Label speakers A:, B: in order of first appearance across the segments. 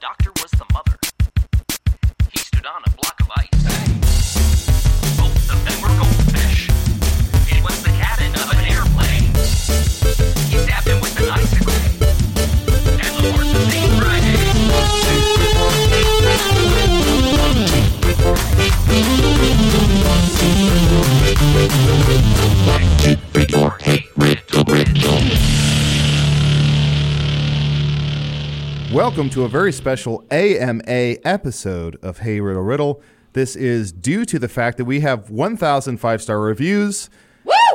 A: doctor was the mother. He stood on a block of ice. Both of them were goldfish. It was the cabin of an airplane. He stabbed him with an icicle. And the horses came riding.
B: Welcome to a very special AMA episode of Hey Riddle Riddle. This is due to the fact that we have 1,000 five star reviews.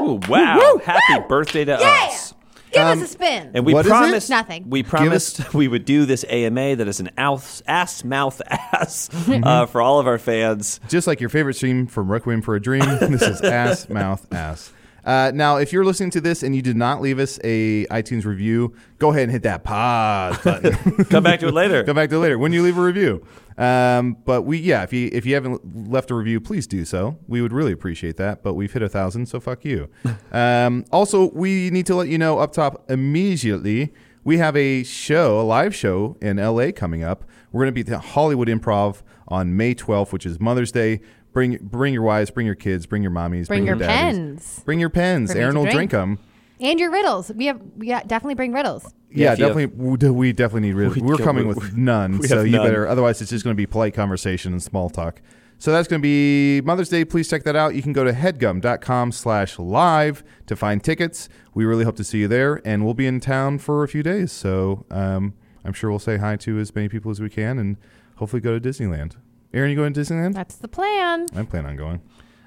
C: Ooh, wow. Happy birthday to us.
D: Give us a spin.
C: And we
B: What is it?
C: promised
D: Nothing.
C: We promised we would do this AMA that is an ass, ass mouth ass uh, for all of our fans.
B: Just like your favorite stream from Requiem for a Dream, this is Ass Mouth Ass. Uh, now, if you're listening to this and you did not leave us a iTunes review, go ahead and hit that pause button.
C: Come back to it later.
B: Come back to it later when you leave a review. Um, but we, yeah, if you if you haven't left a review, please do so. We would really appreciate that. But we've hit a thousand, so fuck you. um, also, we need to let you know up top immediately. We have a show, a live show in LA coming up. We're going to be at the Hollywood Improv on May 12th, which is Mother's Day. Bring bring your wives, bring your kids, bring your mommies,
D: Bring your
B: daddies.
D: pens.
B: bring your pens.
D: For me
B: Aaron
D: to
B: will drink
D: drink.
B: them.
D: And your riddles. We have we got, definitely bring riddles.
B: Yeah,
C: Yeah, if you
B: definitely. we do- we definitely need riddles.
C: We
B: We are
C: don't-
B: coming
C: we-
B: with none,
C: we
B: so
C: have
B: you
C: none.
B: better. Otherwise, it's just going to be polite conversation and small talk. So that's going to be Mother's Day. Please check that out. You can go to headgum.com slash live to find tickets. We really hope to see you there, and we'll be in town for a few days. So um, I'm sure we'll say hi to as many people as we can and hopefully go to Disneyland. Aaron, you going to Disneyland?
D: That's the plan.
B: I plan on going.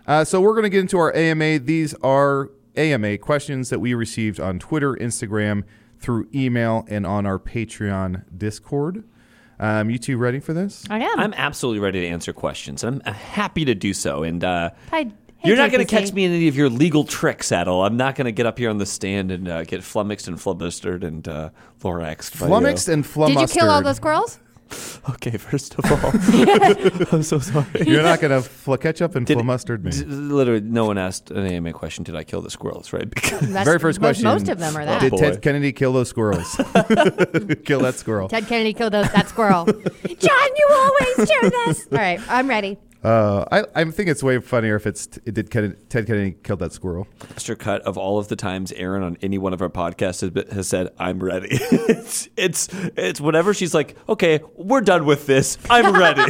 B: Uh, so we're going to get into our AMA. These are AMA questions that we received on Twitter, Instagram, through email, and on our Patreon Discord. Um, you two ready for this?
D: I am.
C: I'm absolutely ready to answer questions. I'm uh, happy to do so. And uh,
D: Hi- hey,
C: you're not going to
D: JPC.
C: catch me in any of your legal tricks at all. I'm not going to get up here on the stand and uh, get flummoxed and flubberstered and uh, thoraxed. by you.
B: Flummoxed and
D: Did you
B: flummustered.
D: kill all those squirrels?
C: Okay, first of all, I'm so sorry.
B: You're not going to fl- catch up and
C: Did-
B: flummustered me.
C: D- Literally, no one asked an AMA question. Did I kill the squirrels? Right? Because
D: That's-
B: Very first
D: most-
B: question.
D: Most of them are that.
B: Did
C: Oh, boy.
B: Ted Kennedy kill those squirrels? kill that squirrel.
D: Ted Kennedy killed those, that squirrel. John, you always do this. All right, I'm ready.
B: Uh, I, I think it's way funnier if it's t- did Kennedy, Ted Kennedy kill that squirrel?
C: master cut of all of the times Aaron on any one of our podcasts has, been- has said, "I'm ready." it's, it's it's whenever she's like, "Okay, we're done with this. I'm ready."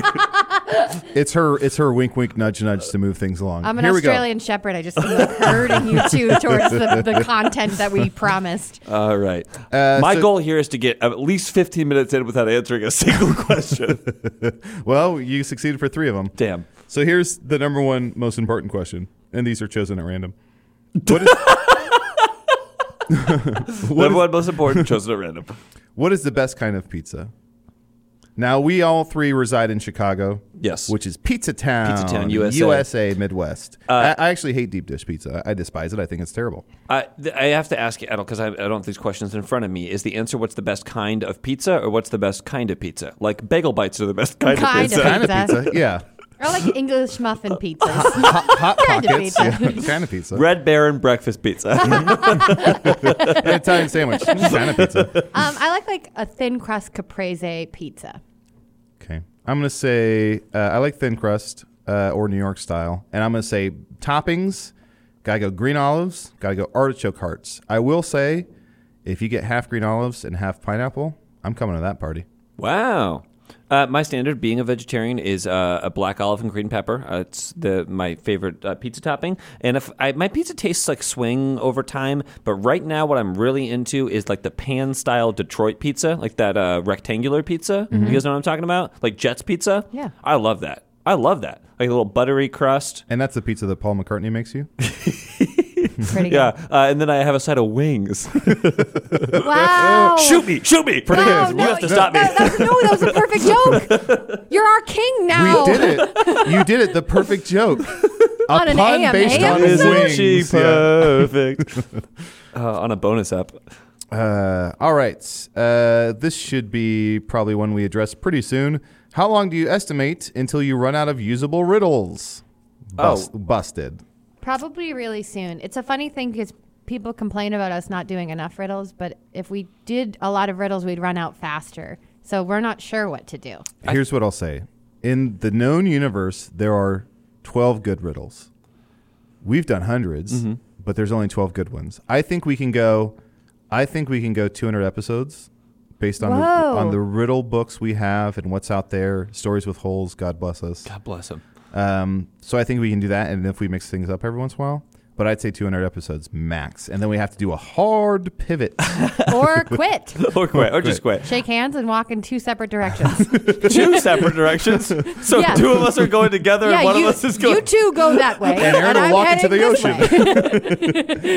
B: It's her. It's her wink, wink, nudge, nudge to move things along.
D: I'm an
B: Here we go.
D: Australian Shepherd. I just am like herding you two towards the, the content that we promised.
C: all right.
B: Uh,
C: My
B: so-
C: goal here is to get at least 15 minutes in without answering a single question.
B: Well, you succeeded for three of them.
C: Damn.
B: So here's the number one most important question, and these are chosen at random. What is,
C: Number one most important, chosen at random.
B: what is the best kind of pizza? Now we all three reside in Chicago.
C: Yes.
B: which is Pizza Town,
C: Pizza Town, USA.
B: Midwest.
C: Uh,
B: I, I actually hate deep dish pizza. I, I despise it. I think it's terrible.
C: I, th- I have to ask Edel because I, I don't have these questions in front of me. Is the answer what's the best kind of pizza or what's the best kind of pizza? Like bagel bites are the best kind,
D: Kind
C: of pizza.
D: of-
B: Kind of pizza, yeah.
D: Or like English muffin pizzas. Um,
B: Hot, hot
D: Kind of
B: pockets,
D: pizza.
B: yeah. kind of pizza.
C: Red Baron breakfast pizza.
B: An Italian sandwich, kind of pizza.
D: Um, I like like a thin crust caprese pizza.
B: Okay, I'm gonna say uh, I like thin crust uh, or New York style, and I'm gonna say toppings. Gotta go green olives. Gotta go artichoke hearts. I will say, if you get half green olives and half pineapple, I'm coming to that party.
C: wow. Uh, my standard, being a vegetarian, is uh, a black olive and green pepper. Uh, it's the my favorite uh, pizza topping. And if I, my pizza tastes like swing over time, but right now what I'm really into is like the pan style Detroit pizza, like that uh, rectangular pizza. You guys know what I'm talking about? Like Jets pizza.
D: Mm-hmm. Yeah.
C: I love that. I love that. Like a little buttery crust.
B: And that's the pizza that Paul McCartney makes you.
D: Pretty
C: Yeah, uh, and then I have a side of wings.
D: good. Wow.
C: shoot me, shoot me.
B: Pretty
D: Oh. No,
B: good.
D: no,
C: you have to
D: no,
C: stop me.
D: no, that- no, that was a perfect joke. You're our king now.
B: We did it. You did it. The perfect joke. A
D: On an
B: pun
D: AMA
B: based on
D: episode?
B: wings. yeah.
C: perfect? uh, on a bonus app.
B: Uh, all right. Uh, this should be probably one we address pretty soon. How long do you estimate until you run out of usable riddles? Bus-
C: Oh.
B: Busted.
D: Probably really soon. It's a funny thing because people complain about us not doing enough riddles, but if we did a lot of riddles, we'd run out faster. So we're not sure what to do.
B: Here's what I'll say. In the known universe, there are 12 good riddles. We've done 100s but there's only 12 good ones. I think we can go I think we can go 200 episodes based on the,
D: Whoa.
B: on the riddle books we have and what's out there, stories with holes, God bless us.
C: God Ah, bless him.
B: Um, so I think we can do that and if we mix things up every once in a while, but I'd say 200 episodes max. And then we have to do a hard pivot.
D: Or quit.
C: or quit, or just quit.
D: Shake hands and walk in two separate directions.
C: Two separate directions. So
D: Yeah.
C: two of us are going together, and one
D: you,
C: of us is going.
D: you two go that way.
B: And Aaron will
D: I'm
B: walk into
D: heading
B: the
D: this
B: ocean.
D: way.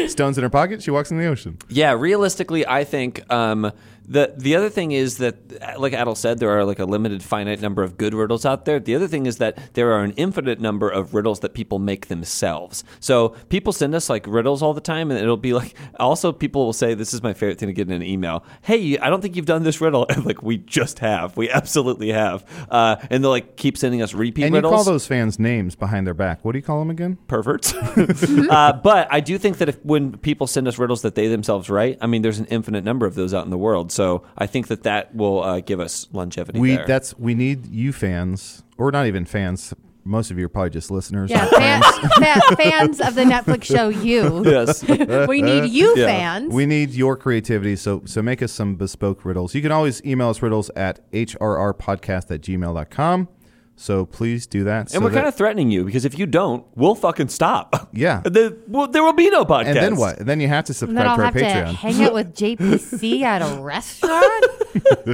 B: Stones in her pocket, she walks in the ocean.
C: Yeah, realistically, I think um, the the other thing is that, like Adel said, there are like a limited, finite number of good riddles out there. The other thing is that there are an infinite number of riddles that people make themselves. So people send us like riddles all the time, and it'll be like. Also, people will say, "This is my favorite thing to get in an email." Hey, I don't think you've done this riddle. And, like we just have, we absolutely have, uh, and they'll like keep sending us repeat
B: And
C: riddles.
B: you call those fans names behind their back. What do you call them again?
C: perverts. uh, but I do think that if when people send us riddles that they themselves write, I mean, there's an infinite number of those out in the world. So I think that that will uh, give us longevity.
B: We
C: there.
B: that's we need you fans, or not even fans. Most of you are probably just listeners.
D: Yeah,
B: not
D: fan,
B: fans.
D: fa- fans of the Netflix show You.
C: yes.
D: we need you
C: Yeah.
D: fans.
B: We need your creativity, so so make us some bespoke riddles. You can always email us riddles at hrrpodcast at gmail.com. So please do that. so
C: And we're
B: that-
C: kind of threatening you because if you don't, we'll fucking stop.
B: Yeah.
C: There, well, there will be no podcast.
B: and then what? And then you have to
D: And then I'll
B: subscribe to our
D: have to
B: Patreon.
D: hang out with JPC at a restaurant.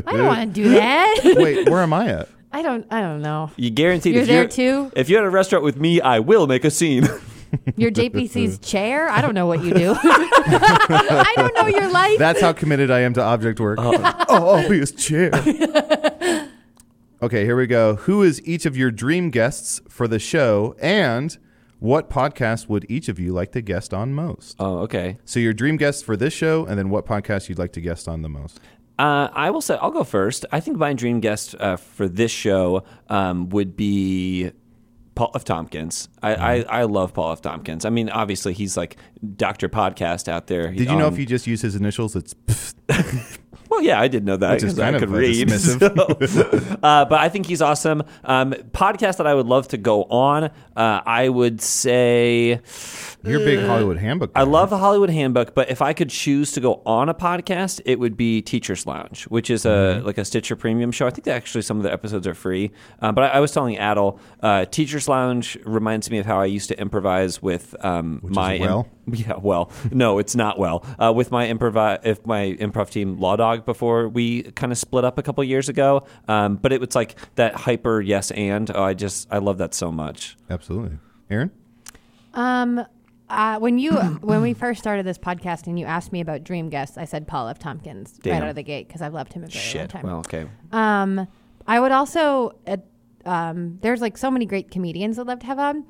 D: I don't want to do that.
B: Wait, where am I at?
D: I don't. I don't know.
C: You guaranteed
D: You're
C: if
D: there
C: you're,
D: too?
C: If you're at a restaurant with me, I will make a scene.
D: You're JPC's chair. I don't know what you do. I don't know your life.
B: That's how committed I am to object work. oh, obvious chair. okay, here we go. Who is each of your dream guests for the show, and what podcast would each of you like to guest on most?
C: oh, okay.
B: So your dream guests for this show, and then what podcast you'd like to guest on the most?
C: Uh, I will say I'll go first. I think my dream guest uh, for this show um, would be Paul F. Tompkins. I,
B: Mm-hmm.
C: I, I love Paul F. Tompkins. I mean, obviously he's like Doctor Podcast out there.
B: Did you know if you just use his initials, it's pfft.
C: Well, yeah, I did know that
B: Which is
C: because I
B: kind
C: could
B: of, uh,
C: read.
B: dismissive.
C: so- uh, but I think he's awesome. Um, podcast that I would love to go on. Uh, I would say.
B: you're a big Hollywood handbook.
C: Uh, I
B: guy.
C: love the Hollywood Handbook, but if I could choose to go on a podcast, it would be Teachers Lounge, which is a like a Stitcher Premium show. I think that actually some of the episodes are free. Um, but I, I was telling Adel, uh, Teachers Lounge reminds me of how I used to improvise with um,
B: is
C: my
B: well.
C: yeah, well, no, it's not well. Uh, with my improv, if my improv team Law Dog before we kind of split up a couple years ago, um, but it was like that hyper yes and. Oh, I just I love that so much.
B: absolutely, Aaron.
D: Um, uh, when you when we first started this podcast and you asked me about dream guests, I said Paul F. Tompkins right
C: Damn.
D: out of the gate because I've loved him a very long
C: Shit.
D: time.
C: Well, okay.
D: Um, I would also, uh, um, there's like so many great comedians I'd love to have on,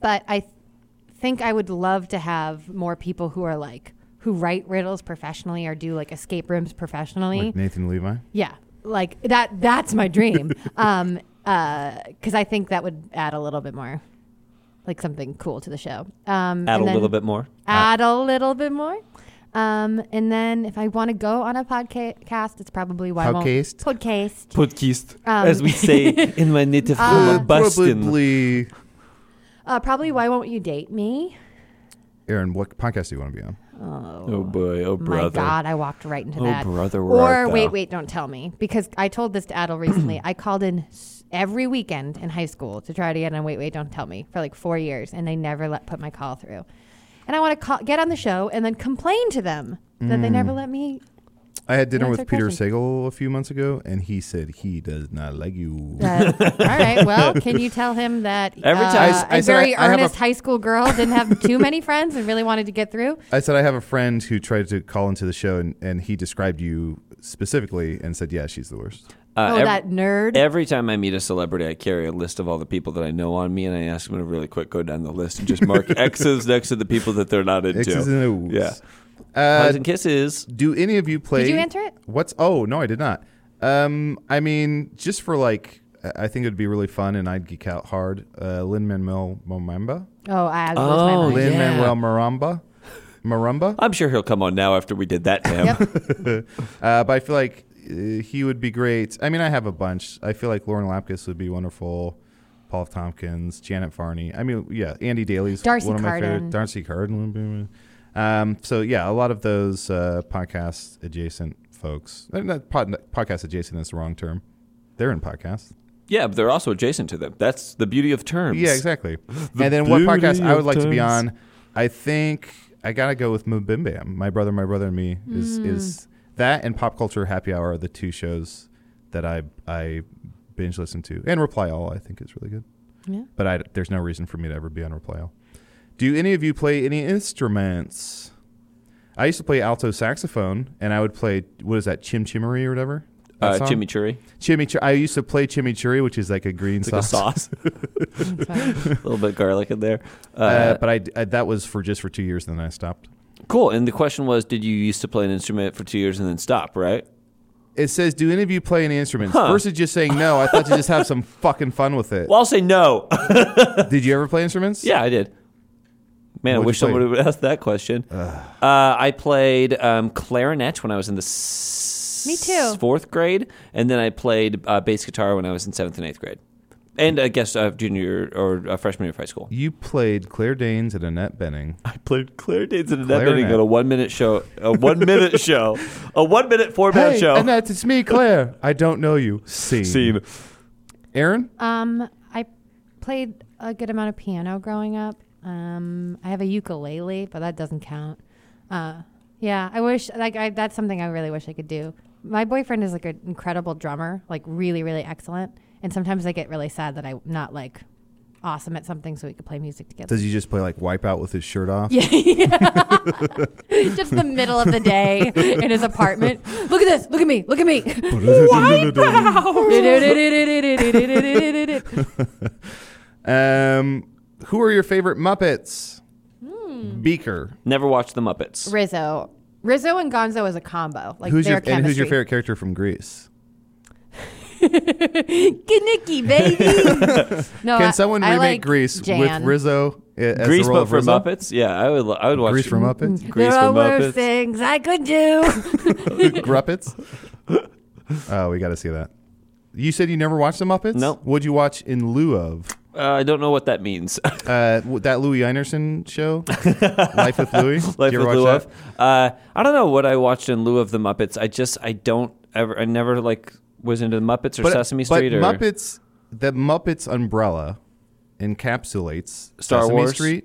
D: but I th- think I would love to have more people who are like, who write riddles professionally or do like escape rooms professionally.
B: Like Nathan Levi.
D: yeah. Like that, that's my dream. um, uh, cause I think that would add a little bit more, like something cool to the show. Um,
C: Add
D: and
C: a
D: then-
C: little bit more.
D: add a little bit more. Um, and then if I want to go on a podcast, it's probably why
B: Podcast?
D: won't podcast.
C: podcast,
D: Um,
C: as we say in my native
D: Uh,
C: home, Boston.
B: Probably.
D: Uh, probably why won't you date me?
B: Aaron, what podcast do you want to be on?
C: Oh boy, oh brother.
D: My God, I walked right into
C: Oh,
D: that.
C: brother, where
D: or
C: art
D: wait,
C: thou?
D: wait, don't tell me because I told this to Adel recently. I called in s- every weekend in high school to try to get on. Wait, wait, don't tell me for like four years, and they never let put my call through. And I want to call, get on the show and then complain to them that they never let me.
B: I had dinner
D: Answer
B: with Peter
D: question.
B: Sagal a few months ago, and he said he does not like you.
D: Uh, all right, well, can you tell him that
C: Every
D: uh,
C: time-
B: I s- I
D: a
B: said
D: very
B: I- I have a-
D: earnest high school girl didn't have too many friends and really wanted to get through?
B: I said I have a friend who tried to call into the show, and, and he described you specifically and said, "Yeah, she's the worst."
C: Uh,
D: oh,
C: ev-
D: that nerd.
C: Every time I meet a celebrity, I carry a list of all the people that I know on me, and I ask them to really quick go down the list and just mark X's next to the people that they're not into.
B: X's and O's.
C: Yeah.
B: Uh,
C: Hugs and kisses.
B: do any of you play?
D: Did you answer it?
B: What's? Oh no, I did not. Um, I mean, just for like, I- I think it'd be really fun, and I'd geek out hard. Uh, Lin Manuel Momamba,
D: oh, I lose my
C: Oh,
D: mind.
B: Lin Manuel
C: yeah.
B: Maramba, Maramba.
C: I'm sure he'll come on now after we did that to him.
D: Yep.
B: Uh, but I feel like uh, he would be great. I mean, I have a bunch. I feel like Lauren Lapkus would be wonderful. Paul Tompkins, Janet Farney. I mean, yeah, Andy Daly's
D: Darcy
B: one of my
D: Carden.
B: favorite. Darcy Carden. would be- Um, so yeah, a lot of those uh, podcast adjacent folks. Uh, Not pod, podcast adjacent is the wrong term. They're in podcasts.
C: Yeah, but they're also adjacent to them. That's the beauty of terms.
B: Yeah, exactly. and then what
C: beauty
B: podcast I
C: of
B: would like to be
C: terms.
B: on? I think I gotta go with Moon Bim Bam. My brother, my brother and me is
C: Hmm.
B: is that and Pop Culture Happy Hour are the two shows that I I binge listen to. And Reply All I think is really good.
D: Yeah.
B: But I, there's no reason for me to ever be on Reply All. Do any of you play any instruments? I used to play alto saxophone, and I would play what is that chim chimery or whatever.
C: Uh,
B: That song?
C: chimichurri.
B: Chimichurri. I used to play chimichurri, which is like a green
C: It's like a sauce.
D: That's fine.
C: a little bit of garlic in there. Uh,
B: Uh, but I, I- that was for just for two years, and then I stopped.
C: cool. And the question was, did you used to play an instrument for two years and then stop? Right.
B: It says, "Do any of you play any instruments?"
C: Huh.
B: Versus just saying no. I thought you just have some fucking fun with it.
C: Well, I'll say no.
B: Did you ever play instruments?
C: yeah, I did. Man,
B: What'd
C: I wish
B: you play?
C: somebody would ask that question. Uh, I played um, clarinet when I was in the s-
D: Me too.
C: fourth grade, and then I played uh, bass guitar when I was in seventh and eighth grade, and I guess uh, junior or uh, freshman year of high school.
B: You played Claire Danes and Annette Benning.
C: I played clarinets and
B: Clarinet.
C: clarinet on a one minute show, a one minute show, a one minute four minute
B: Hey,
C: show.
B: Annette, it's me, Claire. I don't know you. Scene.
C: Scene.
B: Aaron,
D: Um, I played a good amount of piano growing up. Um, I have a ukulele, but that doesn't count. Uh, yeah, I wish like I, that's something I really wish I could do. My boyfriend is like an incredible drummer, like really, really excellent. And sometimes I get really sad that I'm not like awesome at something, so we could play music together.
B: does he just play like Wipeout with his shirt off?
D: Yeah, just the middle of the day in his apartment. Look at this. Look at me. Look at me. Wipeout.
B: Um, who are your favorite Muppets?
D: Hmm.
B: Beaker.
C: Never watched the Muppets.
D: Rizzo. Rizzo and Gonzo is a combo. Like
B: who's
D: their
B: your and who's
D: chemistry.
B: your favorite character from Greece?
D: Kanicki, baby. no, I-
B: Can someone
D: Uh, I
B: remake
D: like
B: Grease
D: Jan.
B: with Rizzo i- as
C: Grease,
B: the role
C: but
B: of
C: for
B: Rizzo?
C: Muppets. Yeah, I would. lo- I would watch
B: Grease for Muppets.
D: there
C: Grease for
D: are worse
C: Muppets.
D: things I could do.
B: Gruppets. Oh, we got to see that. You said you never watched the Muppets.
C: No.
B: What'd you watch in lieu of
C: Uh, I don't know what that means.
B: uh, w- that Louis Einerson show, Life with Louis? Did
C: Life
B: you ever
C: with
B: watch
C: lieu
B: that?
C: of. Uh, I don't know what I watched in lieu of the Muppets. I just I don't ever. I never like was into the Muppets or
B: But,
C: Sesame
B: but
C: Street or
B: Muppets, the Muppets umbrella encapsulates
C: Star
B: Sesame
C: Wars.
B: Street,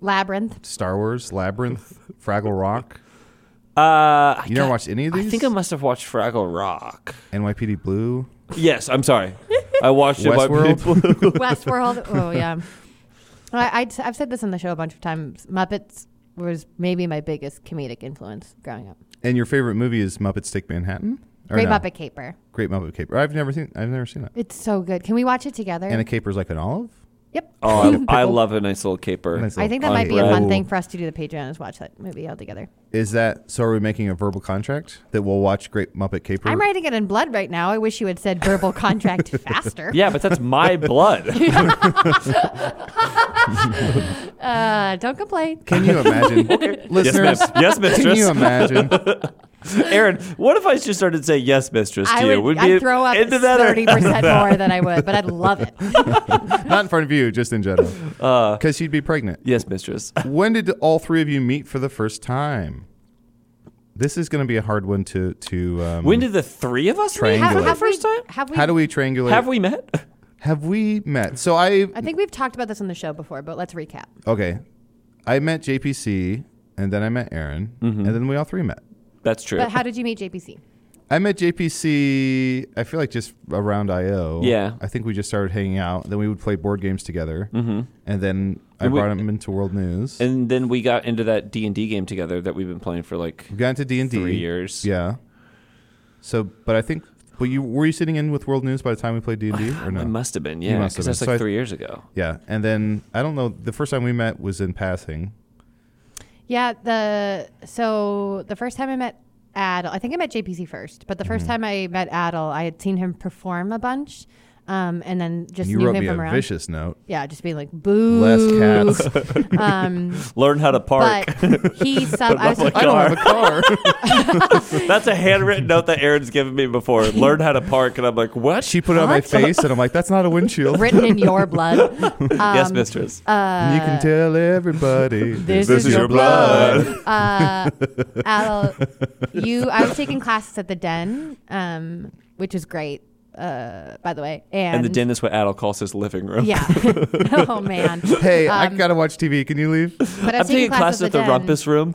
D: Labyrinth.
B: Star Wars, Labyrinth, Fraggle Rock.
C: Uh, I
B: You never
C: got-
B: watched any of these?
C: I think I must have watched Fraggle Rock.
B: NYPD Blue.
C: Yes, I'm sorry. I watched it. by
B: Westworld?
C: people-
D: Westworld. Oh yeah. I, I, have said this on the show a bunch of times. Muppets was maybe my biggest comedic influence growing up.
B: And your favorite movie is Muppets Take Manhattan? Or
D: Great
B: no?
D: Muppet Caper.
B: Great Muppet Caper. I've never seen. I've never seen that.
D: It's so good. Can we watch it together?
B: And a caper's like an olive.
D: yep.
C: Oh, I, I love a nice little caper.
B: Nice
D: I
B: little
D: think that might be a
C: Right.
D: fun thing for us to do the Patreon is watch that movie all together.
B: Is that so? Are we making a verbal contract that we'll watch Great Muppet Caper?
D: I'm writing it in blood right now. I wish you had said verbal contract faster.
C: Yeah, but that's my blood.
D: Uh, don't complain.
B: Can you imagine, listeners?
C: yes, yes,
B: Can you
C: mistress.
B: imagine?
C: Aaron, what if I just started saying yes, mistress to
D: I
C: you?
D: would, I'd throw up
C: into that or-
D: thirty percent more than I would, but I'd love it.
B: Not in front of you, just in general,
C: Uh,
B: because she'd be pregnant.
C: Yes, mistress.
B: When did all three of you meet for the first time? This is going to be a hard one to to. Um,
C: When did the three of us
B: Triangulate.
C: meet for
B: Have-
C: the
B: have
C: first
D: we,
C: time?
D: Have we,
B: how do we triangulate?
C: Have we met?
B: have we met? So I
D: I think we've talked about this on the show before, but let's recap.
B: okay, I met JPC, and then I met Aaron,
C: Mm-hmm.
B: and then we all three met.
C: That's true.
D: But how did you meet JPC?
B: I met JPC. I feel like just around IO.
C: Yeah.
B: I think we just started hanging out. Then we would play board games together, mm-hmm. and then I
C: And we-
B: brought him into World News.
C: and then we got into that D and D game together that we've been playing for like
B: we got into D and D.
C: three years.
B: Yeah. So, but I think, but you were you sitting in with World News by the time we played D and D or
C: It
B: no?
C: must have been,
B: You
C: yeah,
B: must have
C: because that's
B: been.
C: like
B: So I-
C: three years ago.
B: Yeah, and then I don't know. The first time we met was in passing.
D: Yeah, the so the first time I met
C: Mm-hmm.
D: Adel, I think I met JPC first, but the first time I met Adel, I had seen him perform a bunch. um, and then just
B: You
D: knew
B: wrote
D: him
B: me a
D: from around.
B: vicious note.
D: Yeah, just being like boo.
B: Less cats.
D: Um,
C: Learn how to park.
D: but he sub. I was
C: not
D: like,
C: like
B: I don't have a car.
C: That's a handwritten note that Aaron's given me before. Learn how to park, and I'm like, what?
B: she put it on my
D: What?
B: face, and I'm like, that's not a windshield.
D: written in your blood. Um, uh,
C: yes, mistress.
B: And you can tell everybody
D: This,
E: This is your blood.
D: uh, Al, you, I was taking classes at the Den, um, which is great, uh, by the way. And,
C: and the den is what Adel calls his living room.
D: Yeah. oh man.
B: Hey, I
D: Um,
B: gotta watch TV. Can you leave?
D: But I
C: I'm
D: was
C: taking classes at the
D: Den,
C: rumpus room.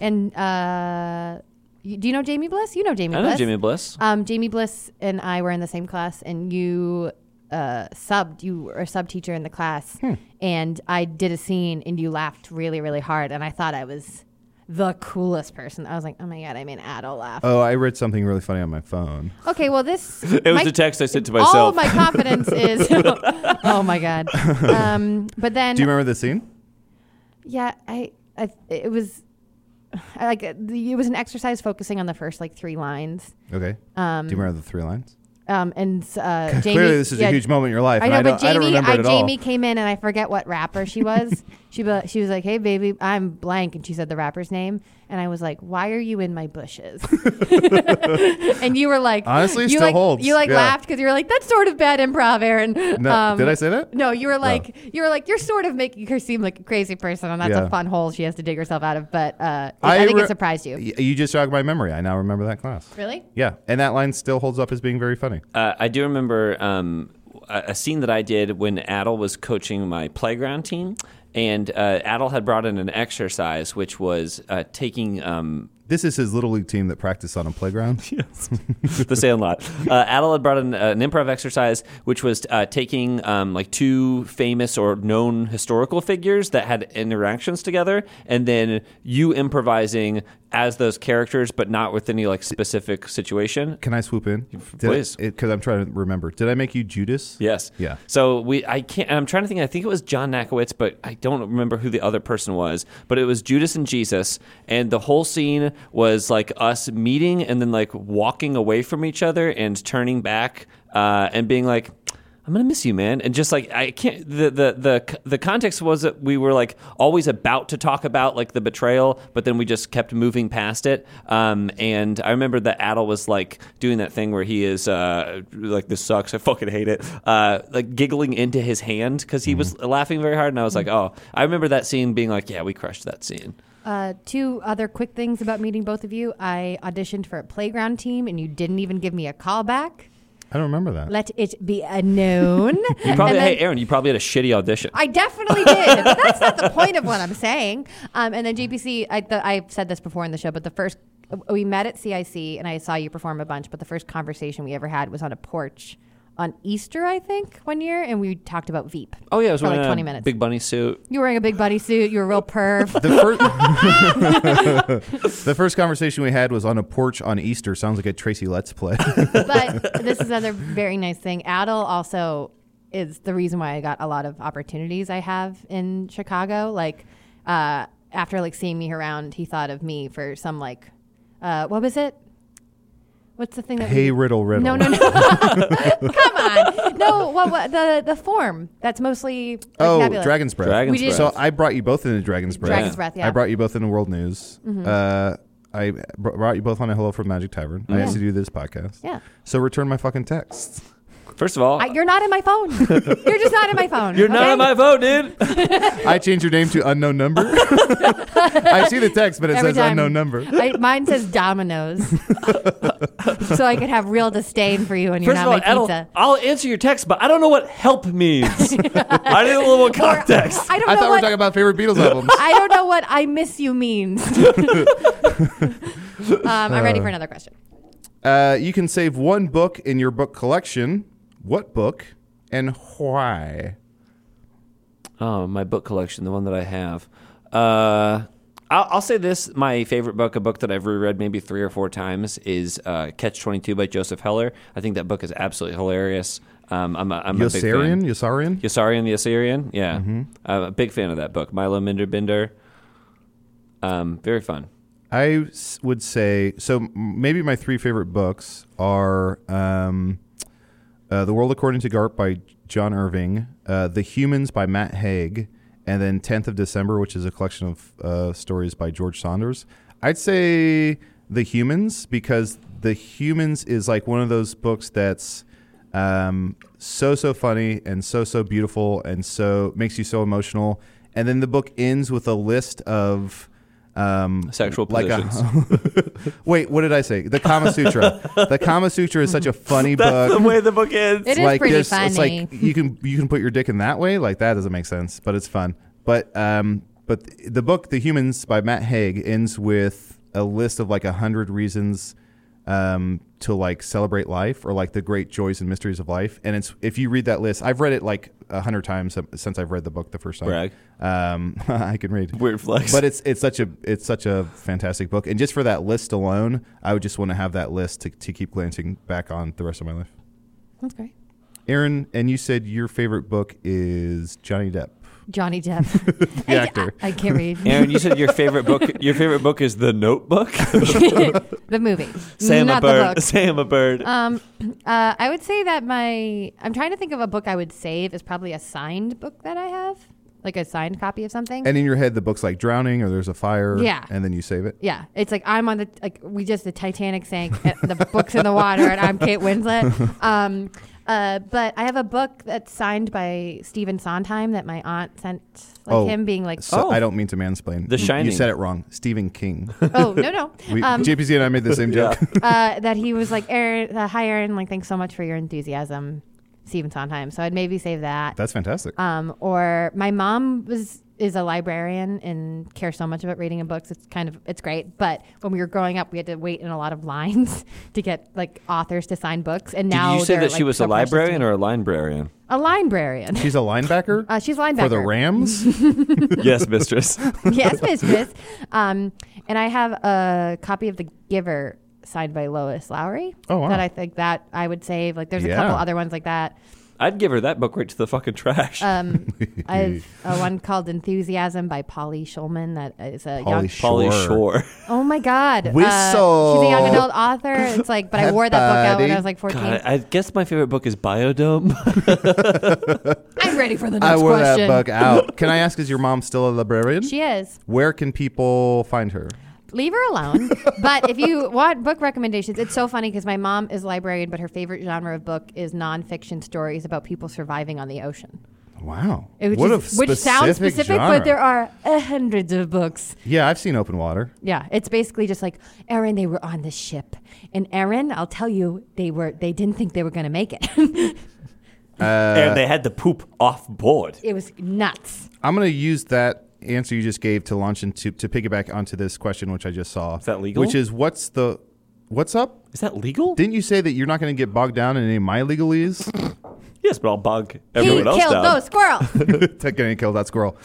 D: And uh, you, do you know Jamie Bliss? You know Jamie
C: I know
D: Bliss.
C: Jimmy Bliss.
D: Um, Jamie Bliss and I were in the same class, and you uh, subbed. You were a sub teacher in the class,
B: Hmm.
D: and I did a scene, and you laughed really, really hard, and I thought I was the coolest person. I was like, oh my god, I made Adol laugh.
B: Oh, I read something really funny on my phone.
D: okay, well this
C: It was a text I sent to myself.
D: All of Oh my confidence is. oh my god. Um, but then
B: Do you remember the scene?
D: yeah, I, I it was I, like uh, the- it was an exercise focusing on the first like three lines.
B: Okay.
D: Um,
B: Do you remember the three lines?
D: um, and uh, Jamie,
B: Clearly, this is
D: yeah,
B: a huge moment in your life.
D: I
B: and
D: know,
B: I don't,
D: but Jamie,
B: I don't remember it at all.
D: Jamie came in and I forget what rapper she was. she be, she was like, "Hey, baby, I'm blank," and she said the rapper's name, and I was like, "Why are you in my bushes?" and you were like,
B: Honestly,
D: you
B: still
D: like,
B: holds.
D: You like
B: Yeah.
D: laughed because you were like, "That's sort of bad improv, Aaron." Um,
B: No, did I say that?
D: No, you were like, you were like, you're sort of making her seem like a crazy person, and that's
B: Yeah.
D: a fun hole she has to dig herself out of. But uh, I, think
B: re-
D: it surprised you.
B: Y- You just jogged my memory. I now remember that class.
D: Really?
B: Yeah, and that line still holds up as being very funny.
C: Uh, I do remember um, a a scene that I did when Adel was coaching my playground team, and uh, Adel had brought in an exercise which was uh, taking um,
B: This is his little league team that practiced on a playground.
C: the Sandlot. Uh, Adel had brought in an improv exercise which was uh, taking um, like two famous or known historical figures that had interactions together, and then you improvising as those characters, but not with any like specific situation.
B: Can I swoop in?
C: Please.
B: Because I'm trying to remember. Did I make you Judas?
C: Yes.
B: Yeah.
C: So we, I can't. I'm trying to think. I think it was John Nakowitz, but I don't remember who the other person was. But it was Judas and Jesus, and the whole scene was like us meeting and then like walking away from each other and turning back uh, and being like. I'm gonna miss you, man, and just like I can't. The, the the the context was that we were like always about to talk about like the betrayal, but then we just kept moving past it. Um, and I remember that Adel was like doing that thing where he is uh, like, "This sucks. I fucking hate it." Uh, like giggling into his hand because he
D: Mm-hmm.
C: was laughing very hard, and I was like, "Oh, I remember that scene being like, yeah, we crushed that scene."
D: Uh, two other quick things about meeting both of you. I auditioned for a playground team, and you didn't even give me a callback.
B: I don't remember that.
D: Let it be a known.
C: You probably,
D: And then-
C: hey, Aaron, you probably had a shitty audition.
D: I definitely did. but that's not the point of what I'm saying. Um, and then GPC, I th- I've said this before in the show, but the first we met at CIC, and I saw you perform a bunch. But the first conversation we ever had was on a porch on Easter, I think, one year, and we talked about Veep.
C: oh yeah, it was
D: for like
C: wearing a
D: 20 minutes.
C: Big bunny suit.
D: You were wearing a big bunny suit. You were a real perv.
B: The first, the first conversation we had was on a porch on Easter. Sounds like a Tracy Let's play.
D: but this is another very nice thing. Adel also is the reason why I got a lot of opportunities I have in Chicago. Like uh, after like seeing me around, he thought of me for some like uh, what was it? What's the thing that
B: hey,
D: we,
B: Riddle, Riddle.
D: No, no, no. Come on. No, what, what the the form that's mostly like,
B: Oh,
D: fabulous.
B: Dragon's Breath.
C: Dragon's
D: We did-
B: So I brought you both into Dragon's Breath.
D: Dragon's Breath, yeah. Mm-hmm.
B: I brought you both into World News. Uh, I br- brought you both on a Hello from Magic Tavern. I used to do this podcast.
D: Yeah.
B: So return my fucking texts.
C: First of all,
D: I, you're not in my phone. You're just not in my phone.
C: you're not
D: okay?
C: on my vote, dude.
B: I changed your name to unknown number. I see the text, but it
D: Every
B: says
D: time.
B: unknown number.
D: I, mine says Domino's, so I could have real disdain for you when you're
C: First
D: not
C: of all,
D: my
C: Edel,
D: pizza.
C: I'll answer your text, but I don't know what help means. I need a little more context.
D: I don't
B: I
D: know
B: thought we were
D: what
B: talking about favorite Beatles albums.
D: I don't know what I miss you means. um, I'm ready for another question.
B: Uh, you can save one book in your book collection. What book and why?
C: Oh, my book collection, the one that I have. Uh, I'll, I'll say this: my favorite book, a book that I've reread maybe three or four times, is uh, Catch Twenty Two by Joseph Heller. I think that book is absolutely hilarious. Um, I'm a, I'm
B: Yossarian?
C: a big fan.
B: Yossarian?
C: Yossarian the Assyrian. Yeah, I'm a big fan of that book. Milo Minderbender. Um, very fun.
B: I s- would say so. m- Maybe my three favorite books are um, uh, The World According to Garp by John Irving, uh, The Humans by Matt Haig, and then 10th of December, which is a collection of uh, stories by George Saunders. I'd say The Humans because The Humans is like one of those books that's um, so so funny and so so beautiful and so makes you so emotional. And then the book ends with a list of um,
C: Sexual positions.
B: A, wait, what did I say? The Kama Sutra. the Kama Sutra is such a funny
C: That's
B: book.
C: the way the book ends.
D: It is
B: like
D: pretty
B: there's-
D: funny.
B: it's like you can you can put your dick in that way. Like that doesn't make sense, but it's fun. But um, but the book The Humans by Matt Haig ends with a list of like a hundred reasons um, to like celebrate life or like the great joys and mysteries of life. And it's if you read that list, I've read it like a hundred times since I've read the book the first time.
C: Brag.
B: Um, I can read.
C: Weird flex.
B: But it's it's such a it's such a fantastic book, and just for that list alone, I would just want to have that list to, to keep glancing back on the rest of my life.
D: That's great.
B: Aaron, and you said your favorite book is Johnny Depp.
D: Johnny Depp. I-
B: actor.
D: I, I can't read.
C: Aaron, you said your favorite book. Your favorite book is The Notebook.
D: the movie.
C: Sam a
D: not
C: bird.
D: the book.
C: Sam a bird.
D: Um, uh, I would say that my I'm trying to think of a book I would save is probably a signed book that I have, like a signed copy of something.
B: And in your head, the book's like drowning, or there's a fire,
D: Yeah.
B: and then you save it.
D: yeah, it's like I'm on the like we just the Titanic sank, and the book's in the water, and I'm Kate Winslet. Um, uh, but I have a book that's signed by Stephen Sondheim that my aunt sent, like
B: Oh.
D: him being like,
B: So
C: Oh.
B: I don't mean to mansplain.
C: The
B: You-
C: Shining.
B: You said it wrong. Stephen King.
D: oh no no,
B: We,
D: um,
B: JPZ and I made the same
C: Yeah.
B: joke.
D: uh, that he was like, Aaron, uh, hi Aaron, like thanks so much for your enthusiasm, Stephen Sondheim. So I'd maybe save that.
B: That's fantastic.
D: um, or my mom was is a librarian and cares so much about reading and books. It's kind of it's great, but when we were growing up, we had to wait in a lot of lines to get like authors to sign books. And now
C: Did you say
D: they're,
C: that she
D: like,
C: was
D: so
C: a
D: precious to
C: librarian
D: me.
C: or a librarian?
D: a librarian?
B: She's a linebacker
D: Uh, she's a linebacker
B: for the Rams.
C: yes, mistress.
D: yes, mistress. Um, and I have a copy of The Giver signed by Lois Lowry.
B: Oh, wow.
D: That I think that I would save. Like there's a
B: Yeah.
D: couple other ones like that.
C: I'd give her that book right to the fucking trash.
D: Um, I have uh, one called Enthusiasm by Polly Shulman. That is a young
B: Polly
C: Polly Shore.
D: Oh my God. Uh,
B: Whistle.
D: she's a young adult author. It's like, but I wore that book out when
B: Buddy.
D: I was like 14.
C: God, I I guess my favorite book is Biodome.
B: Uh,
D: I'm ready for the
B: I
D: next
B: wore
D: question.
B: that book out. Can I ask, is your mom still a librarian?
D: She is.
B: Where can people find her?
D: Leave her alone. but if you want book recommendations, it's so funny because my mom is a librarian, but her favorite genre of book is nonfiction stories about people surviving on the ocean.
B: Wow.
D: It- Which,
B: what
D: is-
B: a
D: which sounds
B: specific
D: specific,
B: genre.
D: but there are uh, hundreds of books.
B: Yeah, I've seen Open Water.
D: Yeah, it's basically just like Aaron. They were on the ship, and Aaron, I'll tell you, they were. They didn't think they were going to make it.
C: and they had the poop off board.
D: it was nuts.
B: I'm going to use that answer you just gave to launch into to piggyback onto this question, which I just saw. Is
C: that legal?
B: Which is what's the what's up?
C: Is that legal?
B: Didn't you say that you're not going to get bogged down in any of my legalese?
C: yes, but I'll bug
D: He
C: everyone else
D: killed
C: down.
D: those squirrels.
B: Not going to kill that squirrel.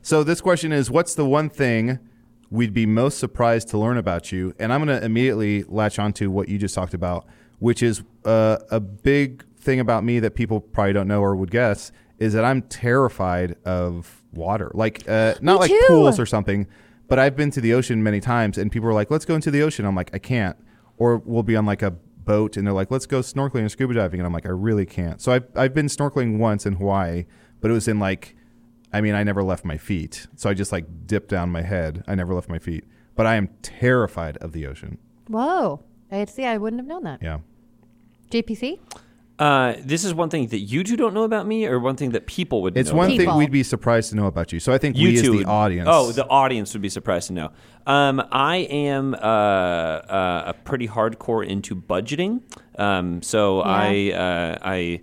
B: So this question is, what's the one thing we'd be most surprised to learn about you? And I'm going to immediately latch onto what you just talked about, which is uh, a big thing about me that people probably don't know or would guess is that I'm terrified of water, like uh, not like
D: too.
B: pools or something. But I've been to the ocean many times, and people are like, "Let's go into the ocean." I'm like, "I can't." Or we'll be on like a boat, and they're like, "Let's go snorkeling and scuba diving," and I'm like, "I really can't." So I've I've been snorkeling once in Hawaii, but it was in like, I mean, I never left my feet, so I just like dipped down my head. I never left my feet, but I am terrified of the ocean.
D: Whoa. I see. I wouldn't have known that.
B: Yeah,
D: JPC.
C: Uh, this is one thing that you two don't know about me, or one thing that people would.
B: it's
C: know
B: one
C: about
B: thing
D: People.
B: we'd be surprised to know about you. So I think
C: you
B: we as
C: two
B: the
C: would-
B: audience.
C: Oh, the audience would be surprised to know. Um, I am uh, uh, a pretty hardcore into budgeting, um, so I uh, I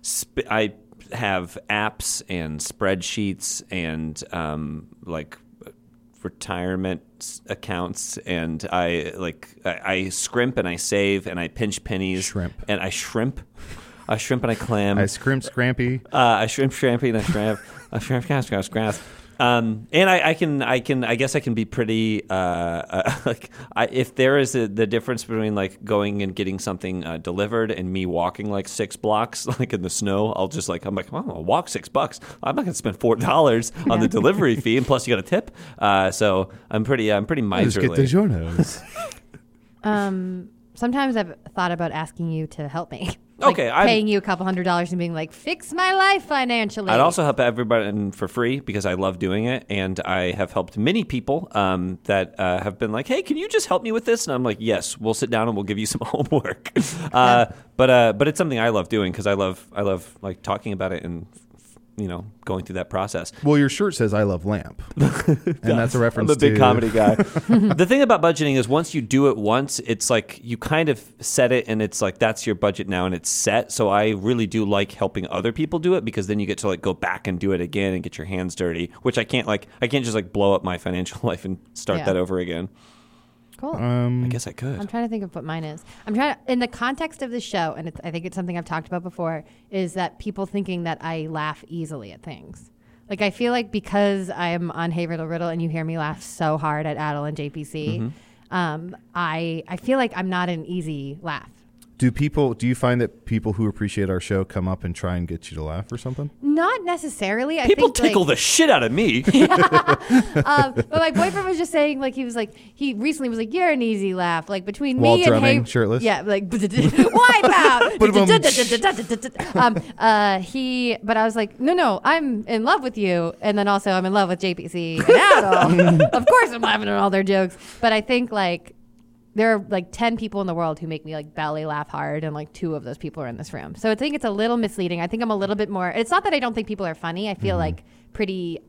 C: sp- I have apps and spreadsheets and um, like retirement s- accounts and I like I, I scrimp and I save and I pinch pennies
B: Shrimp.
C: and I shrimp. I shrimp and I clam.
B: I scrimp scrampy.
C: Uh, I shrimp shrimpy and I shrimp I shrimp grass grass grass. Um, and I, I can I can I guess I can be pretty uh, uh, like I, if there is a, the difference between like going and getting something uh, delivered and me walking like six blocks like in the snow I'll just like I'm like well, I'm gonna walk six bucks I'm not gonna spend four dollars on the delivery fee and plus you got a tip uh, so I'm pretty I'm pretty
B: Let's get the
C: miserly
B: journos.
D: Um, sometimes I've thought about asking you to help me. Like,
C: Okay, I'm-
D: paying you a couple hundred dollars and being like, fix my life financially.
C: I'd also help everybody and for free because I love doing it, and I have helped many people um, that uh, have been like, "Hey, can you just help me with this?" And I'm like, "Yes, we'll sit down and we'll give you some homework." uh, but uh, but it's something I love doing because I love I love like talking about it and you know going through that process.
B: Well, your shirt says "I love lamp," and that's a reference.
C: I'm a big
B: to,
C: comedy guy. the thing about budgeting is once you do it once, it's like you kind of set it and it's like that's your budget now and it's set. So I really do like helping other people do it because then you get to like go back and do it again and get your hands dirty, which I can't like I can't just like blow up my financial life and start
D: Yeah.
C: that over again.
D: cool.
C: I guess I could.
D: I'm trying to think of what mine is. I'm trying to, in the context of the show, and it's, I think it's something I've talked about before, is that people thinking that I laugh easily at things. Like I feel like because I'm on Hey Riddle Riddle and you hear me laugh so hard at Adel and JPC,
C: Mm-hmm.
D: um, I I feel like I'm not an easy laugh.
B: Do people? Do you find that people who appreciate our show come up and try and get you to laugh or something?
D: Not necessarily. I
C: People
D: think, like-
C: tickle the shit out of me.
D: um, but my boyfriend was just saying, like, he was like, he recently was like, you're an easy laugh. Like, between
B: While
D: me and
B: drumming,
D: hey,
B: shirtless?
D: Yeah, like, wipe out. um, uh, he, but I was like, no, no, I'm in love with you. And then also, I'm in love with JPC and Adel. of course, I'm laughing at all their jokes. But I think, like, there are like 10 people in the world who make me like belly laugh hard and like two of those people are in this room so i think it's a little misleading i think i'm a little bit more it's not that i don't think people are funny i feel
B: Mm-hmm.
D: like pretty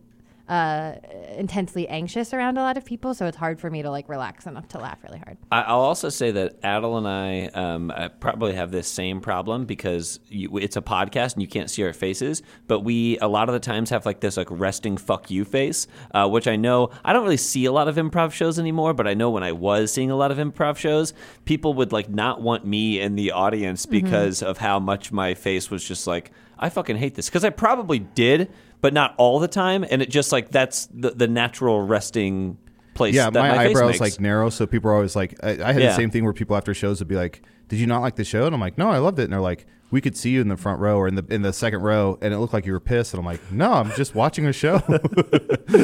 D: uh, intensely anxious around a lot of people so it's hard for me to like relax enough to laugh really hard
C: I- I'll also say that Adel and I, um, I probably have this same problem because you, it's a podcast and you can't see our faces, but we a lot of the times have like this like resting fuck you face, uh, which I know I don't really see a lot of improv shows anymore, but I know when I was seeing a lot of improv shows, people would like not want me in the audience
B: Mm-hmm.
C: because of how much my face was just like I fucking hate this because I probably did, but not all the time, and it just like that's the, the natural resting place.
B: Yeah,
C: that
B: my,
C: my, face
B: eyebrows
C: makes.
B: like narrow, so people are always like, I, I had
C: Yeah.
B: the same thing where people after shows would be like, "Did you not like the show?" And I'm like, "No, I loved it." And they're like, "We could see you in the front row or in the in the second row, and it looked like you were pissed." And I'm like, "No, I'm just watching a show."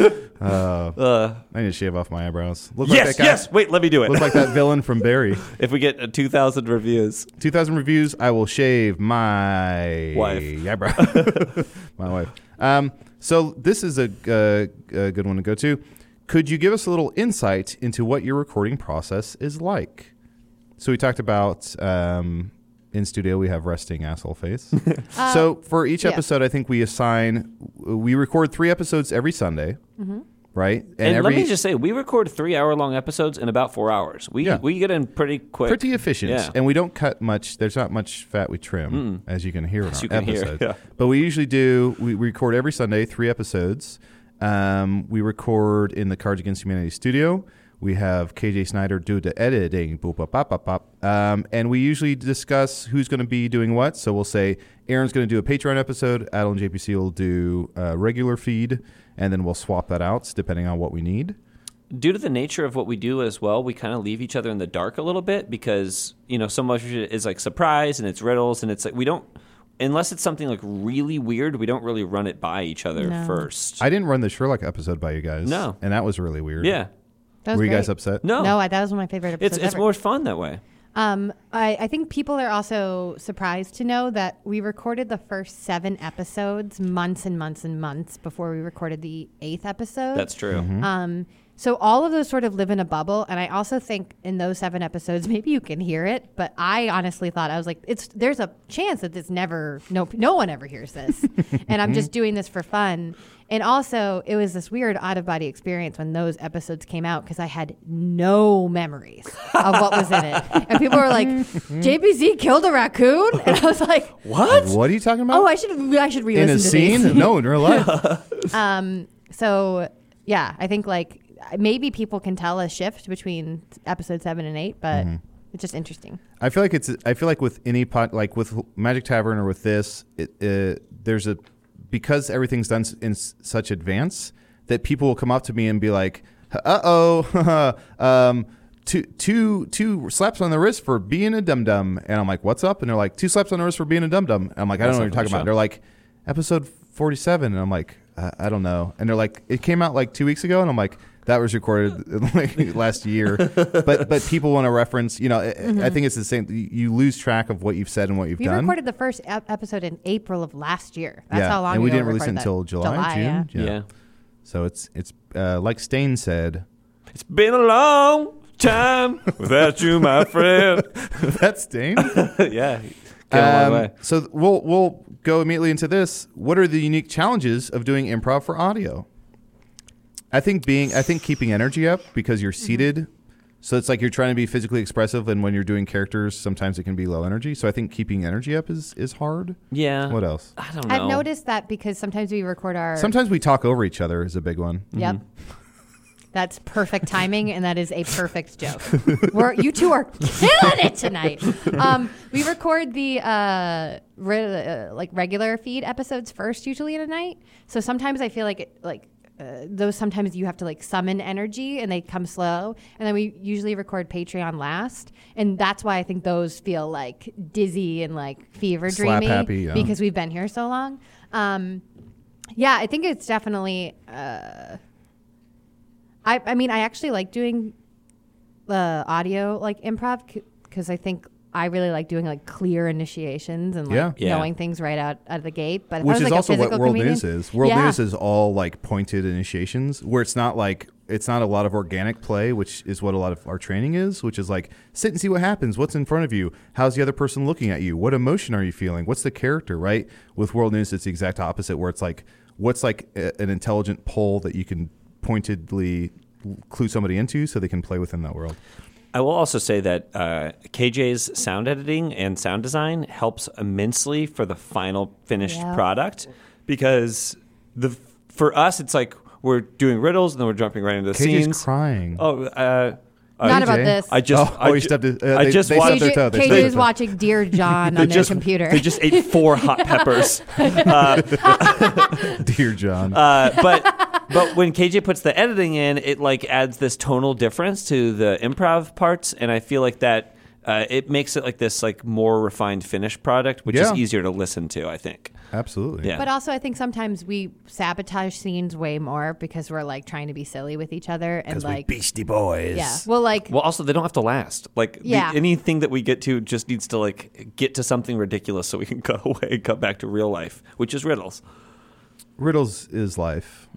C: Uh,
B: I need to shave off my eyebrows. Look
C: Yes,
B: like that guy.
C: yes. Wait, let me do it.
B: Look like that villain from Barry.
C: if we get uh, 2,000 reviews,
B: 2,000 reviews. I will shave my
C: Wife.
B: eyebrow. my wife. Um, so this is a, uh, a good one to go to. Could you give us a little insight into what your recording process is like? So we talked about um, in studio we have resting asshole face.
C: Uh,
B: so for each
D: yeah.
B: episode, I think we assign we record three episodes every Sunday, right? And,
C: Mm-hmm. and,
B: every
C: let me just say, we record three hour long episodes in about four hours. We
B: Yeah.
C: we get in pretty quick.
B: pretty efficient,
C: Yeah.
B: and we don't cut much. There's not much fat we trim, as you can hear in
C: As
B: our
C: you can hear,
B: episodes.
C: yeah.
B: But we usually do. We record every Sunday, three episodes. Um, we record in the Cards Against Humanity studio. We have KJ Snyder do the editing, boop, pop, pop, pop, pop. Um, and we usually discuss who's going to be doing what. So we'll say Aaron's going to do a Patreon episode, Adel and JPC will do a regular feed, and then we'll swap that out depending on what we need.
C: Due to the nature of what we do as well, we kind of leave each other in the dark a little bit because, you know, so much of it is like surprise and it's riddles and it's like we don't, unless it's something like really weird, we don't really run it by each other
D: No.
C: first.
B: I didn't run the Sherlock episode by you guys.
C: No.
B: And that was really weird.
C: yeah.
D: that was
B: Were you
D: great.
B: guys upset?
C: No.
D: no I, that was one of my favorite episodes
C: it's, it's
D: ever.
C: more fun that way.
D: um, I, I think people are also surprised to know that we recorded the first seven episodes months and months and months before we recorded the eighth episode
C: That's true.
B: Mm-hmm. Hmm?
D: Um, so all of those sort of live in a bubble, and I also think in those seven episodes, maybe you can hear it. But I honestly thought I was like, it's there's a chance that this never, no, no one ever hears this, and I'm
B: Hmm?
D: just doing this for fun. And also, it was this weird out of body experience when those episodes came out because I had no memories of what was in it, and people were like, JBZ killed a raccoon, and I was like,
C: What?
B: Hmm? What are you talking about?
D: oh, I should, I should re-listen
B: in a
D: to
B: scene?
D: these.
B: no, in real life.
D: Um, so yeah, I think like maybe people can tell a shift between episode seven and eight, but
B: Mm-hmm.
D: it's just interesting.
B: I feel like it's. I feel like with any pot, like with Magic Tavern or with this, it, uh, there's a because everything's done s- in s- such advance that people will come up to me and be like, "Uh oh, um, two two two slaps on the wrist for being a dum dum," and I'm like, "What's up?" And they're like, two slaps on the wrist for being a dum dum." I'm like, "I don't know what you're talking
C: That's
B: about."
C: not on the
B: They're like, "Episode 47," and I'm like, I, "I don't know," and they're like, "It came out like two weeks ago," and I'm like. That was recorded like last year, but but people want to reference. You know, I- I think it's the same. You- You lose track of what you've said and what you've
D: Mm-hmm. We
B: done.
D: recorded the first ep- episode in April of last year. That's
B: yeah,
D: how long
B: and we
D: ago
B: didn't release it
D: recorded that.
B: until July, June.
D: yeah.
C: Yeah.
B: So it's it's uh, like Stain said.
C: It's been a long time without you, my friend.
B: That's Stain.
C: yeah. Came a long
B: Um,
C: way.
B: So th- we'll we'll go immediately into this. What are the unique challenges of doing improv for audio? I think being I think keeping energy up because you're seated. So it's like you're trying to be physically expressive, and when you're doing characters, sometimes it can be low energy. So I think keeping energy up is is hard.
C: Yeah.
B: What else?
C: I don't know.
D: I've noticed that because sometimes we record our.
B: Sometimes we talk over each other is a big one.
D: Yep. That's perfect timing, and that is a perfect joke. We're, you two are killing it tonight. Um, we record the uh, re- uh, like regular feed episodes first, usually in a night. So sometimes I feel like it, like uh, those. Sometimes you have to like summon energy, and they come slow. And then we usually record Patreon last, and that's why I think those feel like dizzy and like fever
B: Slap
D: dreamy
B: happy, yeah.
D: because we've been here so long. Um, yeah, I think it's definitely. Uh, I I mean, I actually like doing the audio like improv because I think I really like doing like clear initiations and like
B: Yeah.
C: Yeah.
D: knowing things right out, out of the gate. But if I
B: Which
D: was,
B: is
D: like, a
B: also what
D: physical
B: world
D: comedian-
B: news is. World
D: Yeah.
B: news is all like pointed initiations where it's not like it's not a lot of organic play, which is what a lot of our training is, which is like sit and see what happens, what's in front of you, how's the other person looking at you, what emotion are you feeling, what's the character, right? With world news, it's the exact opposite, where it's like what's like a- an intelligent pull that you can pointedly clue somebody into so they can play within that world.
C: I will also say that uh, KJ's sound editing and sound design helps immensely for the final finished
D: Yeah.
C: product because the for us it's like we're doing riddles and then we're jumping right into the
B: KJ's
C: scenes.
B: crying.
C: Oh, uh,
D: Not
C: I-
D: about this.
C: I just
B: Oh,
C: I,
B: oh, he
C: ju-
B: stepped his- uh,
C: I
B: they-
C: just
B: they
C: watched
B: stepped
D: KJ,
B: their toe, they
D: KJ
B: stepped
D: is
B: their toe.
D: watching Dear John on their
C: just,
D: computer.
C: They just ate four hot peppers.
B: Dear John.
C: Uh, but but when KJ puts the editing in, it like adds this tonal difference to the improv parts, and I feel like that uh, it makes it like this like more refined finished product, which
B: Yeah.
C: is easier to listen to. I think.
B: Absolutely.
C: Yeah.
D: But also, I think sometimes we sabotage scenes way more because we're like trying to be silly with each other and like
B: Beastie Boys.
D: yeah, well, like
C: Well, also they don't have to last. Like the-
D: Yeah.
C: anything that we get to just needs to like get to something ridiculous so we can cut away and cut back to real life, which is riddles.
B: Riddles is life.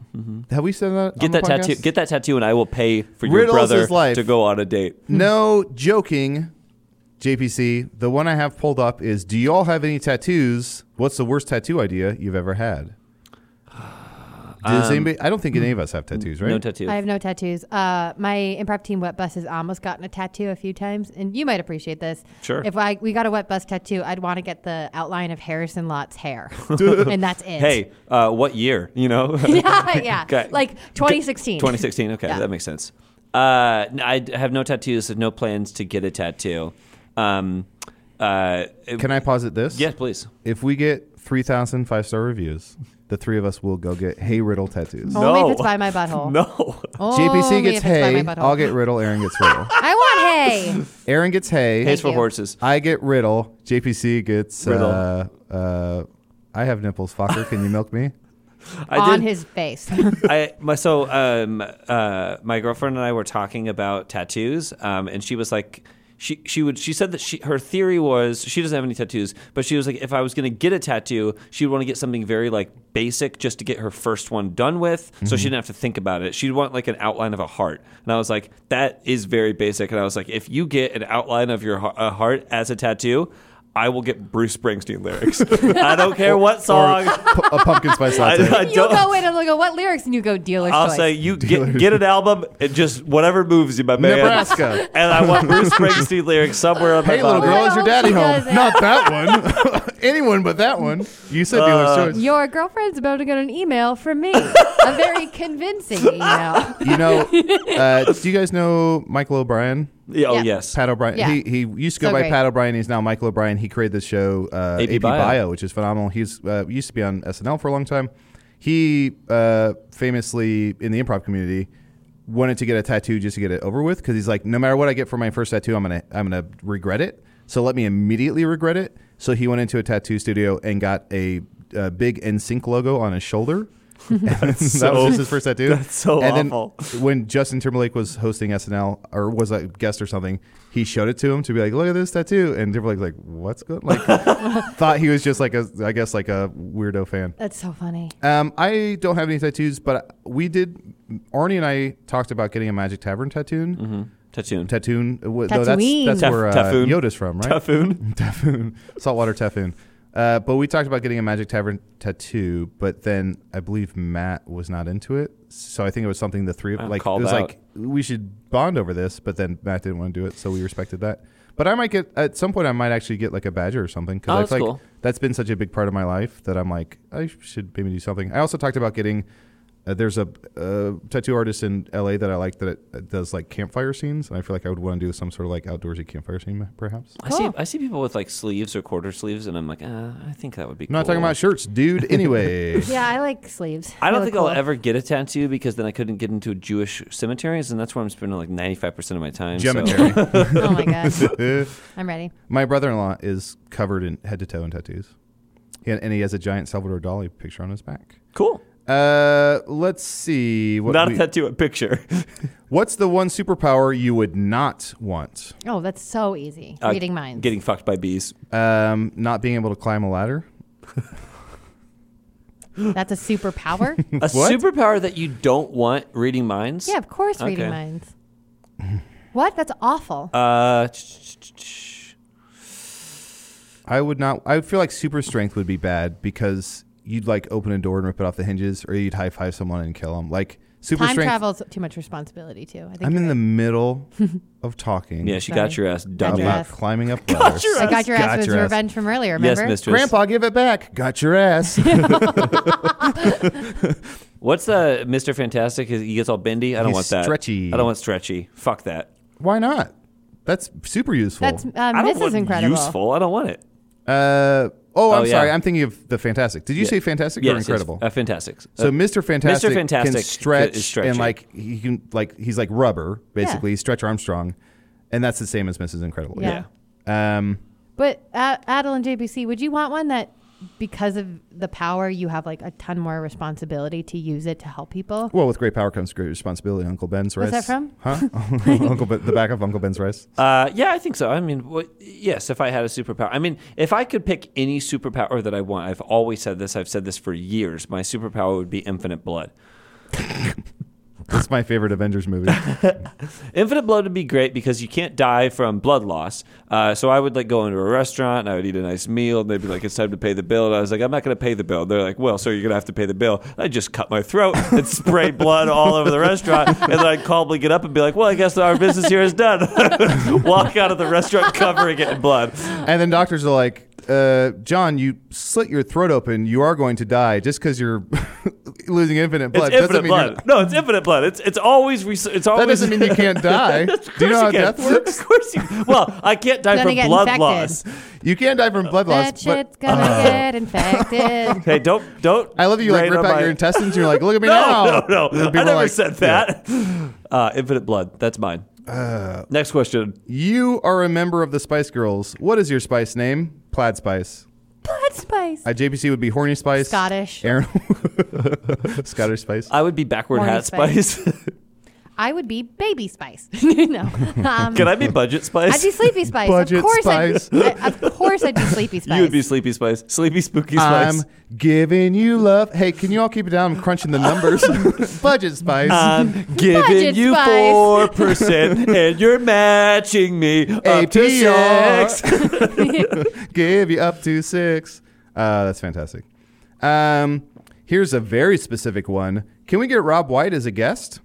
B: Have we said that? on
C: Get
B: the
C: that tattoo.
B: podcast?
C: Get that tattoo, and I will pay for your
B: Riddles
C: brother
B: is life.
C: to go on a date.
B: no joking. JPC, the one I have pulled up is: Do y'all have any tattoos? What's the worst tattoo idea you've ever had? Does anybody? I don't think any of us have tattoos, right?
C: Um, No tattoo.
D: I have no tattoos. Uh, my improv team, Wet Bus, has almost gotten a tattoo a few times, and you might appreciate this.
C: Sure.
D: If I we got a Wet Bus tattoo, I'd want to get the outline of Harrison Lott's hair, and that's it.
C: hey, uh, what year? You know.
D: yeah, yeah.
C: Okay.
D: Like 2016.
C: 2016. Okay,
D: Yeah.
C: that makes sense. Uh, n- I d- have no tattoos. Have no plans to get a tattoo. Um, uh, it-
B: Can I posit this?
C: yes, please.
B: If we get 3,000 five star reviews, the three of us will go get Hey Riddle tattoos.
D: Only
C: No.
D: if it's by my butthole.
C: No.
B: JPC
D: Only
B: gets
D: Oh, if it's by
B: Hey.
D: my butthole.
B: I'll get Riddle. Aaron gets Riddle.
D: I want hay.
B: Aaron gets Hey.
C: Pays for
D: you.
C: horses.
B: I get Riddle. JPC gets
C: Riddle.
B: Uh, uh, I have nipples. Fucker, can you milk me?
C: I
D: on
C: did-
D: his face.
C: I my so um uh my girlfriend and I were talking about tattoos um and she was like she she would she said that she her theory was she doesn't have any tattoos but she was like if I was gonna get a tattoo she'd want to get something very like basic just to get her first one done with so she didn't have to think about it she'd want like an outline of a heart and I was like that is very basic and I was like if you get an outline of your heart, a heart as a tattoo. I will get Bruce Springsteen lyrics. I don't care what song.
B: P- a pumpkin spice
C: I,
B: latte.
C: I
D: you
C: don't-
D: go in and look at what lyrics, and you go dealer's
C: I'll
D: choice.
C: say you get, get an album and just whatever moves you, my man.
B: Nebraska.
C: And I want Bruce Springsteen lyrics somewhere on
B: Hey,
C: my
B: little
C: body.
B: girl, is your
D: I hope
B: daddy
D: she
B: home?
D: does it.
B: Not that one. Anyone but that one. You said
C: Uh,
B: dealer's choice.
D: Your girlfriend's about to get an email from me. a very convincing email.
B: You know, uh, do you guys know Michael O'Brien?
C: Yeah, oh
D: Yeah.
C: yes.
B: Pat O'Brien.
D: Yeah.
B: He, he used to go
D: So
B: by
D: great.
B: Pat O'Brien. He's now Michael O'Brien. He created the show uh,
C: AB
B: AB Bio.
C: Bio,
B: which is phenomenal. He's uh, used to be on SNL for a long time. He uh, famously in the improv community wanted to get a tattoo just to get it over with because he's like, no matter what I get for my first tattoo, I'm gonna I'm gonna regret it. So let me immediately regret it. So he went into a tattoo studio and got a, uh big NSYNC logo on his shoulder. that
C: so-
B: was just his first tattoo.
C: that's so
B: and
C: awful.
B: Then when Justin Timberlake was hosting SNL or was a guest or something, he showed it to him to be like, "Look at this tattoo," and Timberlake's like, "What's good?" Like, thought he was just like a, I guess like a weirdo fan.
D: That's so funny.
B: Um, I don't have any tattoos, but we did. Arnie and I talked about getting a Magic Tavern tattoo.
C: Tattoon.
B: Tattoon. w- though that's
D: Tatooine.
B: that's
D: Taf-
B: where uh,
C: Tafoon.
B: Yoda's from, right?
C: Tafoon.
B: Typhoon, saltwater typhoon. Uh, but we talked about getting a Magic Tavern tattoo, but then I believe Matt was not into it. So I think it was something the three of
C: Oh,
B: like it
C: called
B: was
C: out.
B: like we should bond over this, but then Matt didn't want to do it, so we respected that. But I might get at some point I might actually get like a badger or something
C: Oh,
B: because I
C: that's
B: feel like
C: cool.
B: that's been such a big part of my life that I'm like I should maybe do something. I also talked about getting uh, there's a uh, tattoo artist in LA that I like that uh, does like campfire scenes, and I feel like I would want to do some sort of like outdoorsy campfire scene perhaps.
C: I see.
D: Cool.
C: I see people with like sleeves or quarter sleeves, and I'm like, uh, I think that would be.
B: I'm not talking about shirts, dude. Anyway,
D: Yeah, I like sleeves.
C: I don't
D: They
C: think
D: look
C: I'll
D: cool.
C: ever get a tattoo because then I couldn't get into Jewish cemeteries, and that's where I'm spending like 95 percent of my time. so-
B: Gemetary.
D: Oh my god, I'm ready.
B: My brother-in-law is covered in head to toe in tattoos, He- and he has a giant Salvador Dali picture on his back.
C: Cool.
B: Uh, let's see. What
C: Not
B: we-
C: a tattoo, a picture.
B: what's the one superpower you would not want?
D: Oh, that's so easy.
C: Uh,
D: Reading minds.
C: Getting fucked by bees.
B: Um, not being able to climb a ladder.
D: that's a superpower.
C: A superpower that you don't want. Reading minds.
D: yeah, of course, reading
C: Okay.
D: minds. What? That's awful.
C: Uh, ch- ch- ch-
B: I would not. I feel like super strength would be bad because you'd like open a door and rip it off the hinges, or you'd high five someone and kill them. Like super
D: Time
B: strength.
D: travel's too much responsibility too. I think
B: I'm
D: you're
B: in
D: right.
B: the middle of talking.
C: yeah, she
D: Sorry.
C: got your ass dumped.
D: Got your
B: about
D: ass.
B: climbing up ladders.
D: I got your
B: Got
D: ass was
B: your ass.
D: revenge from earlier.
C: Yes,
D: Remember?
C: mistress.
B: Grandpa, give it back. Got your ass.
C: What's the Mr. Fantastic? He gets all bendy. I don't
B: He's
C: want that.
B: stretchy.
C: I don't want stretchy. Fuck that.
B: Why not? That's super useful.
D: That's
C: I
D: um,
C: don't
D: this
C: want
D: is incredible.
C: useful. I don't want it.
B: uh, oh, I'm
C: Oh, yeah.
B: sorry. I'm thinking of the Fantastic. Did you say Fantastic
C: Yes,
B: or
C: yes,
B: Incredible?
C: uh, fantastic.
B: so
C: Uh,
B: Mr. Fantastic,
C: Fantastic
B: can stretch
C: is stretchy.
B: and like he can like he's like rubber basically. Stretch Armstrong, and that's the same as Mrs. Incredible.
D: Yeah.
C: yeah.
B: Um,
D: But uh, Adel and JBC, would you want one that because of the power you have like a ton more responsibility to use it to help people?
B: well, with great power comes great responsibility. Uncle Ben's rice.
D: Where's that from?
B: Huh? Uncle ben, the back of Uncle Ben's rice.
C: Uh, yeah, I think so. I mean, what, yes, if I had a superpower. I mean, if I could pick any superpower that I want, I've always said this, I've said this for years. My superpower would be infinite blood.
B: That's my favorite Avengers movie.
C: Infinite blood would be great because you can't die from blood loss. Uh, so I would like go into a restaurant and I would eat a nice meal and they'd be like, it's time to pay the bill. And I was like, I'm not going to pay the bill. And they're like, well, sir, you're going to have to pay the bill. And I'd just cut my throat and spray blood all over the restaurant. And then I'd calmly get up and be like, well, I guess our business here is done. Walk out of the restaurant covering it in blood.
B: And then doctors are like, uh, John, you slit your throat open. You are going to die just because you're losing infinite blood.
C: it's
B: Doesn't
C: infinite
B: mean you're-
C: blood. No, it's infinite blood. It's it's always re- it's
B: That
C: always.
B: doesn't mean you can't die.
C: Of
B: Do you
C: course
B: know how
C: can.
B: death works?
C: Of course you. Well, I can't die
D: Gonna
C: from
D: get
C: blood
D: infected.
C: loss.
B: You can die from blood
D: That
B: loss. But uh,
D: shit's gonna get infected.
C: Hey, don't don't.
B: I love you. Like
C: rain
B: rip
C: on
B: out
C: my-
B: your intestines. You're like, look at me
C: No,
B: now.
C: no,
B: And
C: no. I
B: people are
C: never
B: like,
C: said that. Uh, infinite blood. That's mine. Next question.
B: You are a member of the Spice Girls. What is your spice name? Plaid Spice.
D: Blood spice.
B: I JPC would be Horny Spice.
D: Scottish.
B: Aaron. Scottish Spice.
C: I would be backward
D: Morning
C: hat
D: spice.
C: spice.
D: I would be baby spice. no. Um,
C: Can I be budget
D: I'd
C: spice?
D: be sleepy spice.
B: Budget
D: of course
B: spice.
D: I'd, I, of course I'd be sleepy spice.
C: you would be sleepy spice. Sleepy spooky
B: I'm
C: spice.
B: giving you love. Hey, can you all keep it down? I'm crunching the numbers. Budget Spice.
C: I'm giving
D: Budget
C: you
D: spice.
C: four percent, and you're matching me up to
B: APR.
C: six.
B: give you up to six. Uh, that's fantastic. Um, here's a very specific one. Can we get Rob White as a guest?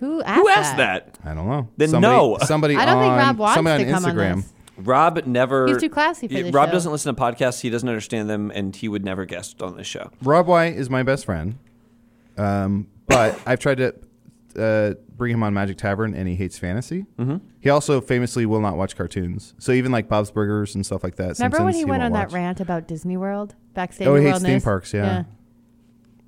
D: Who asked,
C: Who asked that?
B: I don't know.
C: Then
B: somebody,
C: no.
B: Somebody
D: I don't
B: on,
D: think Rob wants
B: somebody
D: to
B: on
D: come
B: Instagram.
D: on this.
C: Rob never.
D: He's too classy for
C: Yeah,
D: this
C: Rob
D: show.
C: doesn't listen to podcasts. He doesn't understand them, and he would never guest on this show.
B: Rob White is my best friend, um, but I've tried to uh, bring him on Magic Tavern, and he hates fantasy. Mm-hmm. He also famously will not watch cartoons. So even like Bob's Burgers and stuff like that.
D: Remember when
B: Simpsons,
D: he went on
B: won't
D: that
B: watch.
D: rant about Disney World backstage?
B: Oh, he
D: at
B: hates
D: Wilderness?
B: theme parks, yeah.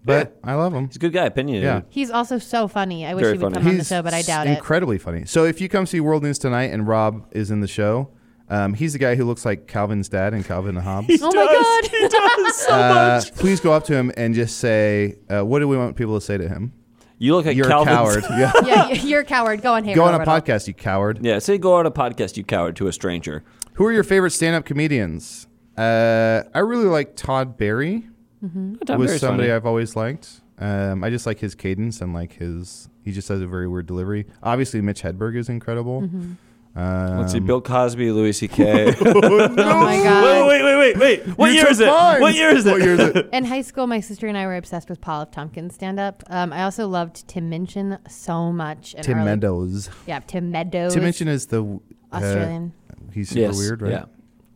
B: But I love him.
C: He's a good guy. Opinion.
B: Yeah.
D: He's also so funny. I wish
C: Very
D: he would
C: funny.
D: come on the show, but I doubt it.
B: incredibly funny. So if you come see World News tonight and Rob is in the show, Um, he's the guy who looks like Calvin's dad in Calvin and Hobbes.
D: Oh my God.
C: He does so
B: Uh,
C: much.
B: please go up to him and just say, uh, "What do we want people to say to him?
C: You look like
B: You're
C: Calvin's-
B: a coward. Yeah.
D: yeah, y- you're a coward. Go on, Harry.
B: go on a
D: Riddle.
B: podcast, you coward.
C: Yeah, say go on a podcast, you coward, to a stranger.
B: Who are your favorite stand-up comedians? Uh, I really like Todd Barry.
C: Tom
B: was
C: Barry's
B: somebody
C: funny.
B: I've always liked. Um, I just like his cadence and like his. He just has a very weird delivery. Obviously, Mitch Hedberg is incredible.
D: Mm-hmm.
B: Um,
C: Let's see, Bill Cosby, Louis C.K. wait,
D: Oh my God.
C: wait, wait, wait, wait. What
B: You
C: year
B: took
C: is it?
B: mine.
C: What year is it?
B: What year is it?
D: In high school, my sister and I were obsessed with Paul F. Tompkins stand up. Um, I also loved Tim Minchin so much. and
B: Tim
D: early-
B: Meadows.
D: Yeah, Tim Meadows.
B: Tim Minchin is the uh,
D: Australian.
B: he's super
C: Yes,
B: weird, right?
C: Yeah.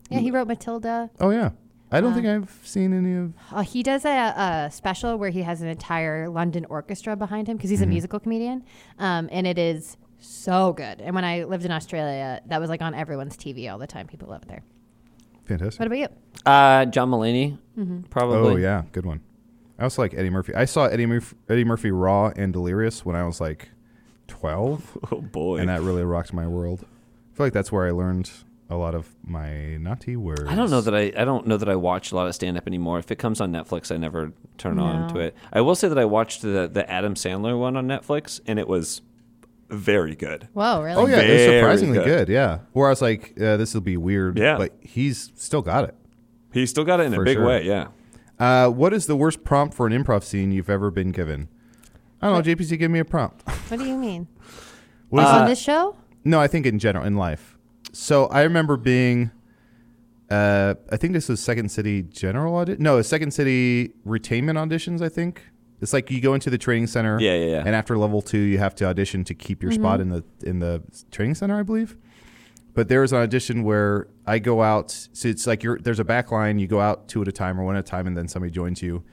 D: yeah, he wrote Matilda.
B: Oh yeah. I don't think I've seen any of.
D: Uh, he does a, a special where he has an entire London orchestra behind him because he's a musical comedian, um, and it is so good. And when I lived in Australia, that was like on everyone's TV all the time. People love it there.
B: Fantastic.
D: What about you?
C: Uh, John Mulaney, probably.
B: Oh yeah, good one. I also like Eddie Murphy. I saw Eddie Murphy, Eddie Murphy Raw and Delirious when I was like twelve,
C: Oh boy.
B: and that really rocked my world. I feel like that's where I learned a lot of my naughty words.
C: I don't know that I, I don't know that I watch a lot of stand up anymore. If it comes on Netflix, I never turn on
D: No.
C: to it. I will say that I watched the the Adam Sandler one on Netflix, and it was very good.
D: Whoa, really?
B: Oh yeah, it was
C: Very
B: surprisingly
C: good.
B: good. Yeah, where I was like, uh, this will be weird.
C: Yeah.
B: but he's still got it.
C: He still got it in a
B: For
C: big
B: sure.
C: way. Yeah.
B: Uh, what is the worst prompt for an improv scene you've ever been given? I
C: Uh,
B: don't know, JPC, give me a prompt.
D: What do you mean?
B: What is
D: Like
B: it?
D: on this show?
B: No, I think in general in life. So I remember being, uh, I think this was Second City General Audit. No, it was Second City Retainment auditions. I think it's like you go into the training center.
C: Yeah, yeah, Mm-hmm. yeah.
B: And after level two, you have to audition to keep your spot in the in the training center, I believe. But there was an audition where I go out. So it's like you're there's a back line. You go out two at a time or one at a time, and then somebody joins you.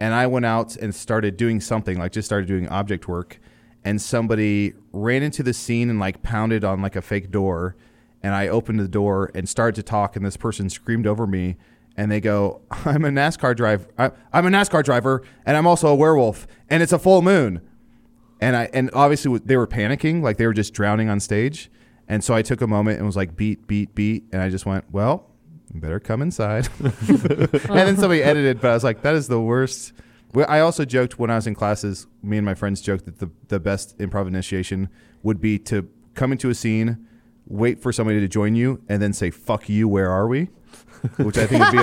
B: And I went out and started doing something, like just started doing object work. And somebody ran into the scene and like pounded on like a fake door. And I opened the door and started to talk. And this person screamed over me. And they go, "I'm a NASCAR driver. I- I'm a NASCAR driver, and I'm also a werewolf. And it's a full moon." and I and obviously w- they were panicking, like they were just drowning on stage. And so I took a moment and was like, beat, beat, beat, and I just went, well, you better come inside. and then somebody edited, but I was like, that is the worst. Well, I also joked when I was in classes. Me and my friends joked that the the best improv initiation would be to come into a scene, wait for somebody to join you, and then say, "Fuck you, where are we?" Which I think would be.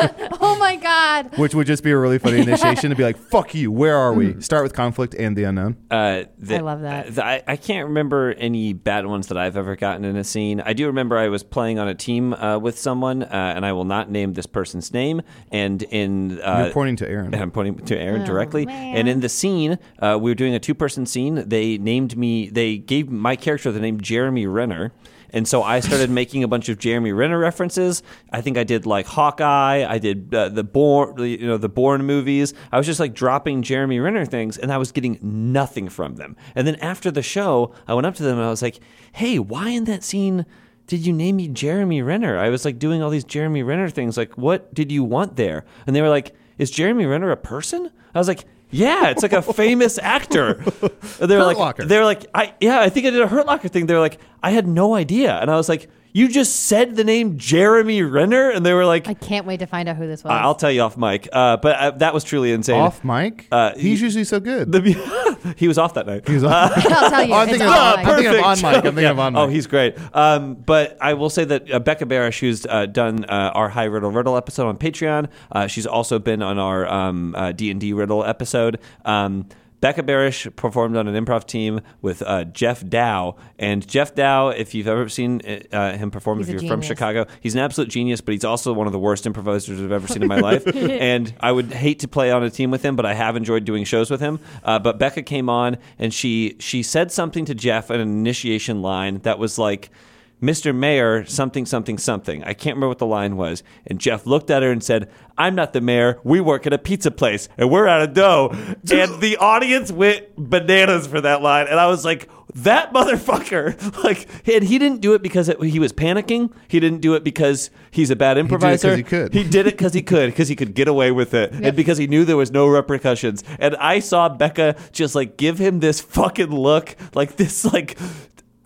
B: A,
D: Oh my God.
B: which would just be a really funny initiation to be like, "Fuck you, where are we?" Start with conflict and the unknown.
C: Uh, the-
D: I love that.
C: uh, the- I, I can't remember any bad ones that I've ever gotten in a scene. I do remember I was playing on a team uh, with someone, uh, and I will not name this person's name. And in uh,
B: You're pointing to Aaron.
C: And I'm pointing to Aaron
D: Oh,
C: directly.
D: man.
C: And in the scene, uh, we were doing a two person scene. They named me, they gave my character the name Jeremy Renner. And so I started making a bunch of Jeremy Renner references. I think I did like Hawkeye. I did uh, the Born, you know, the Born movies. I was just like dropping Jeremy Renner things, and I was getting nothing from them. And then after the show, I went up to them and I was like, "Hey, why in that scene did you name me Jeremy Renner? I was like doing all these Jeremy Renner things. Like, what did you want there?" And they were like, is Jeremy Renner a person? I was like, yeah, it's like a famous actor. They're
B: Hurt
C: like,
B: Locker.
C: they're like, I yeah, I think I did a Hurt Locker thing. They're like, I had no idea, and I was like, you just said the name Jeremy Renner, and they were like,
D: I can't wait to find out who this was.
C: I- will tell you off mic. Uh, but uh, that was truly insane.
B: off mic.
C: Uh,
B: He's
C: y-
B: usually so good.
C: The- he was off that night.
B: He's off-
D: I'll tell you.
B: Oh, I
D: It's
B: think
D: all I
B: it's- I'm thinking of on mic. I'm thinking
C: Yeah.
B: of on mic.
C: Oh, he's great. Um, but I will say that uh, Becca Barish, who's uh, done uh, our High Riddle Riddle episode on Patreon, uh, she's also been on our um, uh, D&D Riddle episode. Um, Becca Barish performed on an improv team with uh, Jeff Dow. And Jeff Dow, if you've ever seen uh, him perform,
D: He's
C: if
D: a
C: you're from
D: genius.
C: Chicago, Chicago. He's an absolute genius, but he's also one of the worst improvisers I've ever seen in my life. And I would hate to play on a team with him, but I have enjoyed doing shows with him. Uh, but Becca came on and she she said something to Jeff in an initiation line that was like. Mr. Mayor, something, something, something. I can't remember what the line was. And Jeff looked at her and said, I'm not the mayor. We work at a pizza place and we're out of dough. And the audience went bananas for that line. And I was like, that motherfucker like and he didn't do it because it, he was panicking he didn't do it because he's a bad improviser
B: 'cause he could.
C: did it because he could because he could get away with it and because he knew there was no repercussions and i saw becca just like give him this fucking look like this like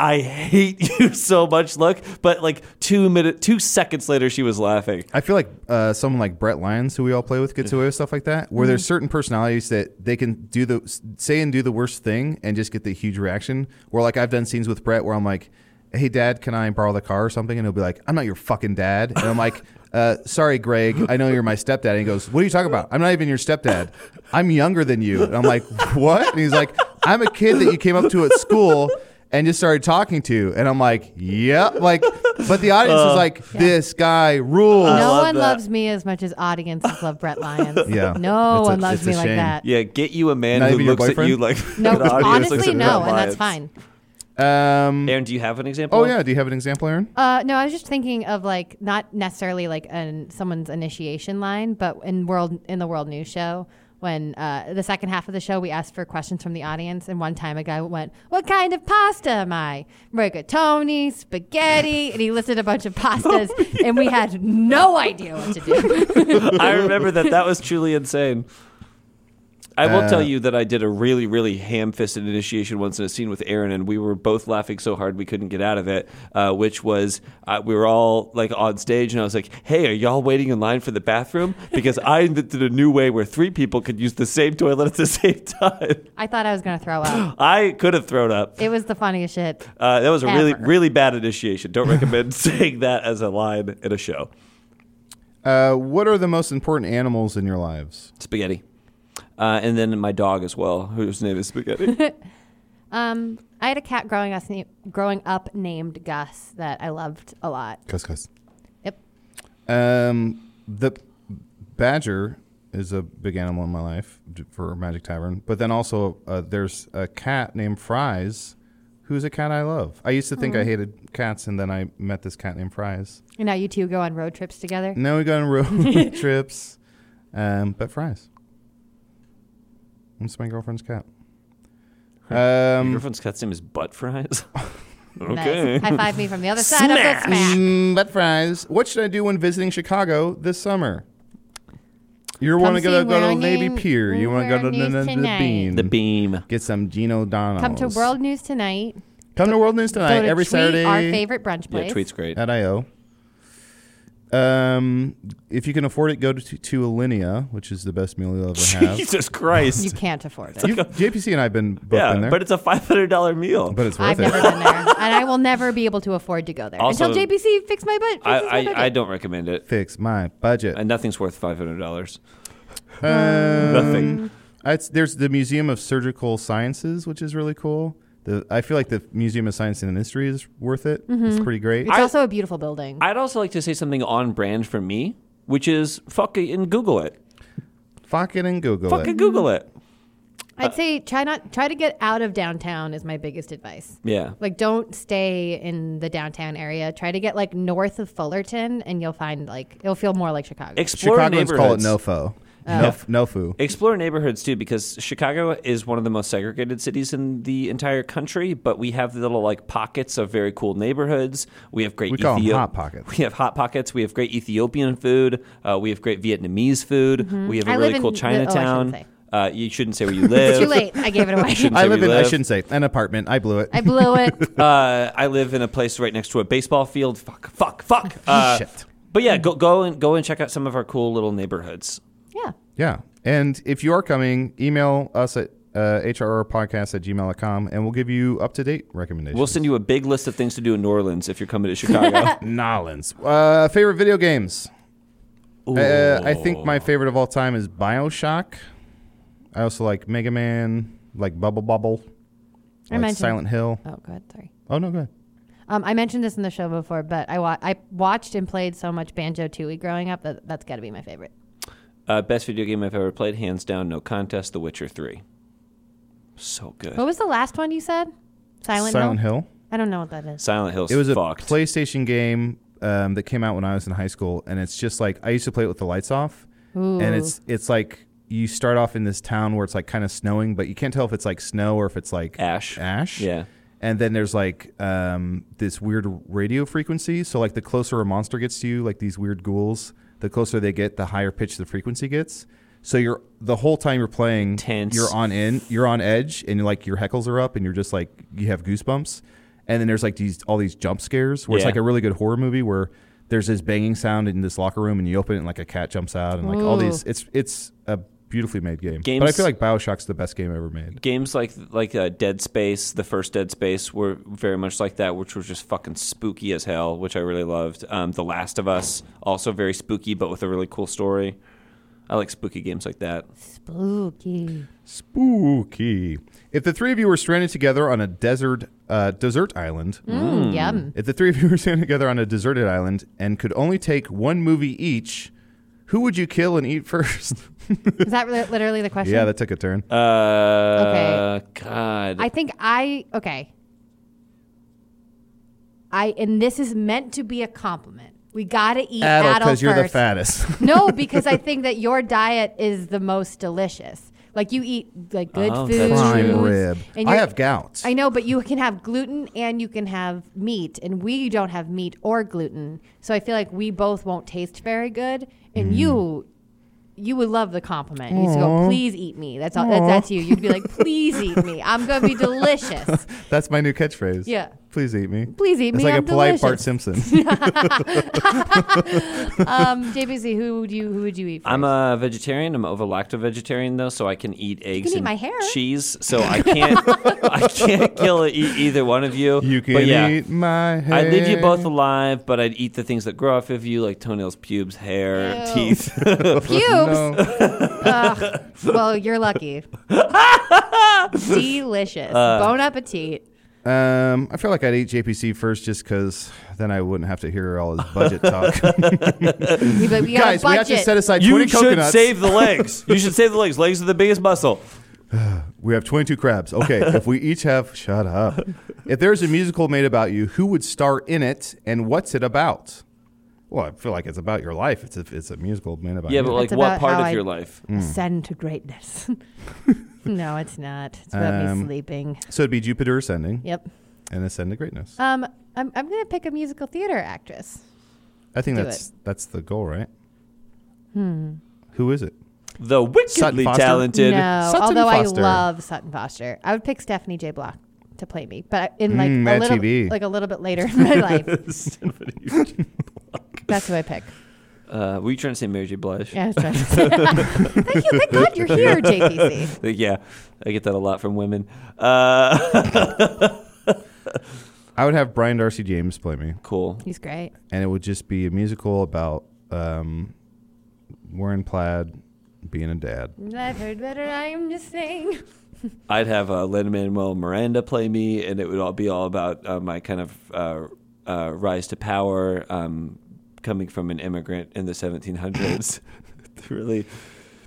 C: I hate you so much look, but like two minute, two seconds later, she was laughing.
B: I feel like uh, someone like Brett Lyons, who we all play with, gets away with stuff like that, where there's certain personalities that they can do the say and do the worst thing and just get the huge reaction. Where like I've done scenes with Brett where I'm like, "Hey, Dad, can I borrow the car or something?" And he'll be like, "I'm not your fucking dad," and I'm like. Uh, sorry, Greg. I know you're my stepdad. And he goes, "What are you talking about? I'm not even your stepdad. I'm younger than you." And I'm like, "What?" And he's like, "I'm a kid that you came up to at school and just started talking to." And I'm like, "Yep." Like, but the audience is like, "This guy rules."
D: no
C: love
D: one
C: that.
D: loves me as much as audiences love Brett Lyons.
B: Yeah.
D: No
B: It's a-
D: one
B: it's
D: loves
B: a
D: me like
B: shame.
D: that.
C: Yeah, get you a man
B: Not
C: who
B: even your
C: looks at you
B: boyfriend?
C: like
D: No,
C: an audience looks
D: honestly,
C: at
D: no,
C: Brett
D: and that's fine.
C: Lyons.
B: Um,
C: Aaron, do you have an example?
B: oh yeah, do you have an example, Aaron?
D: Uh, no, I was just thinking of like not necessarily like an someone's initiation line, but in world in the world news show when uh, the second half of the show we asked for questions from the audience, and one time a guy went, "What kind of pasta am I? Rigatoni, spaghetti?" and he listed a bunch of pastas, and we had no idea what to do.
C: I remember that. That was truly insane. I will
B: Uh,
C: tell you that I did a really, really ham-fisted initiation once in a scene with Aaron, and we were both laughing so hard we couldn't get out of it. Uh, which was uh, we were all like on stage, and I was like, "Hey, are y'all waiting in line for the bathroom?" Because I invented a new way where three people could use the same toilet at the same time.
D: I thought I was gonna throw up.
C: I could have thrown up.
D: It was the funniest shit.
C: Uh, that was a really,
D: Ever.
C: really bad initiation. Don't recommend saying that as a line in a show.
B: Uh, what are the most important animals in your lives?
C: Spaghetti. Uh, and then my dog as well, whose name is Spaghetti.
D: Um, I had a cat growing us na- growing up named Gus that I loved a lot.
B: Cuz cuz.
D: Yep.
B: Um, the badger is a big animal in my life d- for Magic Tavern, but then also uh, there's a cat named Fries, who's a cat I love. I used to think I hated cats, and then I met this cat named Fries.
D: And now you two go on road trips together.
B: Now we go on road trips, um, but Fries. It's my girlfriend's cat.
C: Your
B: Um,
C: girlfriend's cat's name is Butt Fries.
D: Nice.
C: okay.
D: High five me from the other side of the smack.
B: Mm, but fries. What should I do when visiting Chicago this summer? You
D: Come
B: want to go
D: see
B: to go to
D: World
B: Navy
D: News-
B: Pier. You want to go to
D: World
B: the,
D: News
B: the, the
D: tonight.
B: Bean.
C: The beam.
B: Get some Gino Donalds.
D: Come to World News tonight.
B: Come to World News tonight
D: Go to
B: every
D: Tweet,
B: Saturday
D: our favorite brunch place.
C: Yeah, tweet's great.
B: at IO. Um, if you can afford it, go to to Alinea, which is the best meal you'll ever have.
C: Jesus
D: You
C: Christ.
D: can't afford it.
B: You've- JPC and I've been both been
C: Yeah,
B: there,
C: but it's a $500 meal.
B: but it's worth
D: I've
B: it.
D: never been there, and I will never be able to afford to go there
C: Also-
D: until JPC fix my butt.
C: I,
D: fixes my budget.
C: I, I don't recommend it.
B: Fix my budget.
C: And nothing's worth $500.
B: Um,
C: Nothing.
B: It's, there's the Museum of Surgical Sciences, which is really cool. The I feel like the Museum of Science and Industry is worth it. It's pretty great.
D: It's
C: Mm-hmm. I-
D: also a beautiful building.
C: I'd also like to say something on brand for me, which is fucking Google it.
B: Fuck it and Google
C: Fucking
B: it.
C: Google it.
D: I'd say try not try to get out of downtown is my biggest advice.
C: Yeah.
D: Like don't stay in the downtown area. Try to get like north of Fullerton, and you'll find like it'll feel more like Chicago.
C: Explore
B: Chicagoans call it
C: neighborhoods. Oh.
B: nofo. Nof, nofu.
C: Explore neighborhoods too, because Chicago is one of the most segregated cities in the entire country. But we have little like pockets of very cool neighborhoods. We have great.
B: We call 'em
C: Ethio-
B: hot pockets.
C: We have hot pockets. We have great Ethiopian food. Uh, we have great Vietnamese food. We have a
D: I live
C: really
D: in
C: cool
D: the- oh, I shouldn't
C: Chinatown.
D: say.
C: uh, you shouldn't say where you live.
D: Too late. I gave it away.
C: Shouldn't
B: I
C: say
B: live
C: we
B: in. I shouldn't say an apartment. I blew it.
D: I blew it.
C: uh, I live in a place right next to a baseball field. Fuck, fuck, fuck. Uh,
B: Shit.
C: But yeah, go go and go and check out some of our cool little neighborhoods.
D: Yeah.
B: yeah. And if you are coming, email us at uh, hrrpodcast at gmail.com and we'll give you up to date recommendations.
C: We'll send you a big list of things to do in New Orleans if you're coming to Chicago.
B: Nolans. Uh, favorite video games? Uh, I think my
C: Ooh.
B: favorite of all time is Bioshock. I also like Mega Man, like Bubble Bubble,
D: I
B: like
D: mentioned-
B: Silent Hill.
D: Oh, go ahead. Sorry.
B: Oh no, go ahead.
D: Um, I mentioned this in the show before, but I wa- I watched and played so much Banjo Tooie growing up that that's got to be my favorite.
C: Uh, best video game I've ever played, hands down, no contest. The Witcher Three, so good.
D: What was the last one you said? Silent, Hill?
B: Hill?
D: I don't know what that is.
C: Silent Hill.
B: It was a
C: fucked.
B: PlayStation game um, that came out when I was in high school, and it's just like I used to play it with the lights off, and it's it's like you start off in this town where it's like kind of snowing, but you can't tell if it's like snow or if it's like
C: Ash.
B: ash.
C: Yeah.
B: And then there's like um, this weird radio frequency. So like the closer a monster gets to you, like these weird ghouls, the closer they get, the higher pitch the frequency gets. So you're the whole time you're playing,
C: Tense.
B: You're on in, you're on edge, and you're like your heckles are up, and you're just like you have goosebumps. And then there's like these all these jump scares where it's
C: Yeah.
B: like a really good horror movie where there's this banging sound in this locker room and you open it and like a cat jumps out and like all
D: Ooh.
B: these. It's it's a beautifully made game. But I
C: Games-
B: feel like Bioshock's the best game ever made.
C: Games like like uh, Dead Space, the first Dead Space, were very much like that, which were just fucking spooky as hell, which I really loved. Um, the Last of Us, also very spooky, but with a really cool story. I like spooky games like that.
D: Spooky.
B: Spooky. If the three of you were stranded together on a desert uh, desert island,
D: Mm, Yum.
B: if the three of you were stranded together on a deserted island and could only take one movie each, who would you kill and eat first?
D: Is that really- literally the question?
B: yeah, that took a turn.
C: Uh, God,
D: I think I okay. I and this is meant to be a compliment. We gotta eat
B: Adult,
D: adult
B: because you're the
D: first.
B: fattest.
D: no, because I think that your diet is the most delicious. Like you eat like good
C: Oh,
D: food,
C: that's Prime true.
B: rib.
D: And
B: I
D: you're-
B: have gout.
D: I know, but you can have gluten and you can have meat, and we don't have meat or gluten. So I feel like we both won't taste very good,
B: Mm.
D: and you. You would love the compliment. You used to go, please eat me. That's all. That, that's you. You'd be like, please eat me. I'm gonna be delicious.
B: That's my new catchphrase.
D: Yeah.
B: Please eat me.
D: Please eat
B: It's
D: me.
B: like
D: I'm
B: a polite Bart
D: delicious.
B: Simpson.
D: Um, JBC, who would you who would you eat? First?
C: I'm a vegetarian. I'm over lacto vegetarian though, so I can eat eggs
D: eat
C: and
D: my hair.
C: cheese. So I can't, I can't kill or eat either one of you.
B: you can
C: but yeah,
B: eat my hair.
C: I'd leave you both alive, but I'd eat the things that grow off of you, like toenails, pubes, hair,
D: Ew.
C: teeth.
D: pubes.
B: No.
D: Ugh. well, you're lucky. Delicious.
C: Uh,
D: bon appetit.
B: Um, I feel like I'd eat JPC first just because then I wouldn't have to hear all his budget talk.
D: You'd be like, we got
B: Guys,
D: a
B: we
D: budget.
B: have to set aside
C: you
B: 20
C: should
B: coconuts.
C: save the legs. You should save the legs. Legs are the biggest muscle.
B: we have 22 crabs. Okay, if we each have. Shut up. If there's a musical made about you, who would star in it and what's it about? Well, I feel like it's about your life. It's a, it's a musical made about
C: Yeah,
B: you.
C: but like
D: That's
C: what
D: about
C: part
D: how
C: of
D: I-
C: your life?
B: Hmm.
D: Ascend to greatness. no, it's not. It's about
B: Um,
D: me sleeping.
B: so it'd be Jupiter ascending
D: Yep.
B: and ascend to greatness.
D: Um, I'm, I'm gonna pick a musical theater actress.
B: I think
D: do
B: that's that's the goal, right? Hmm. Who is it?
C: The wickedly
B: Foster?
C: talented.
D: no,
B: Sutton
D: although
B: Foster.
D: I love Sutton Foster, I would pick Stephanie J. Block to play me, but in like
B: Mm,
D: a
B: Mad
D: little,
B: TV.
D: like a little bit later in my life. That's who I pick.
C: Uh, were you trying to say Mary J. Blige?
D: Yeah, I was trying to say. Thank you. Thank God you're here, JPC.
C: Like, yeah, I get that a lot from women. Uh,
B: I would have Brian Darcy James play me,
C: cool.
D: He's great.
B: and it would just be a musical about um, wearing plaid, being a dad.
D: I've heard better. I'm just saying.
C: I'd have uh, Lin Manuel Miranda play me, and it would all be all about uh, my kind of uh, uh, rise to power, um, coming from an immigrant in the 1700s to really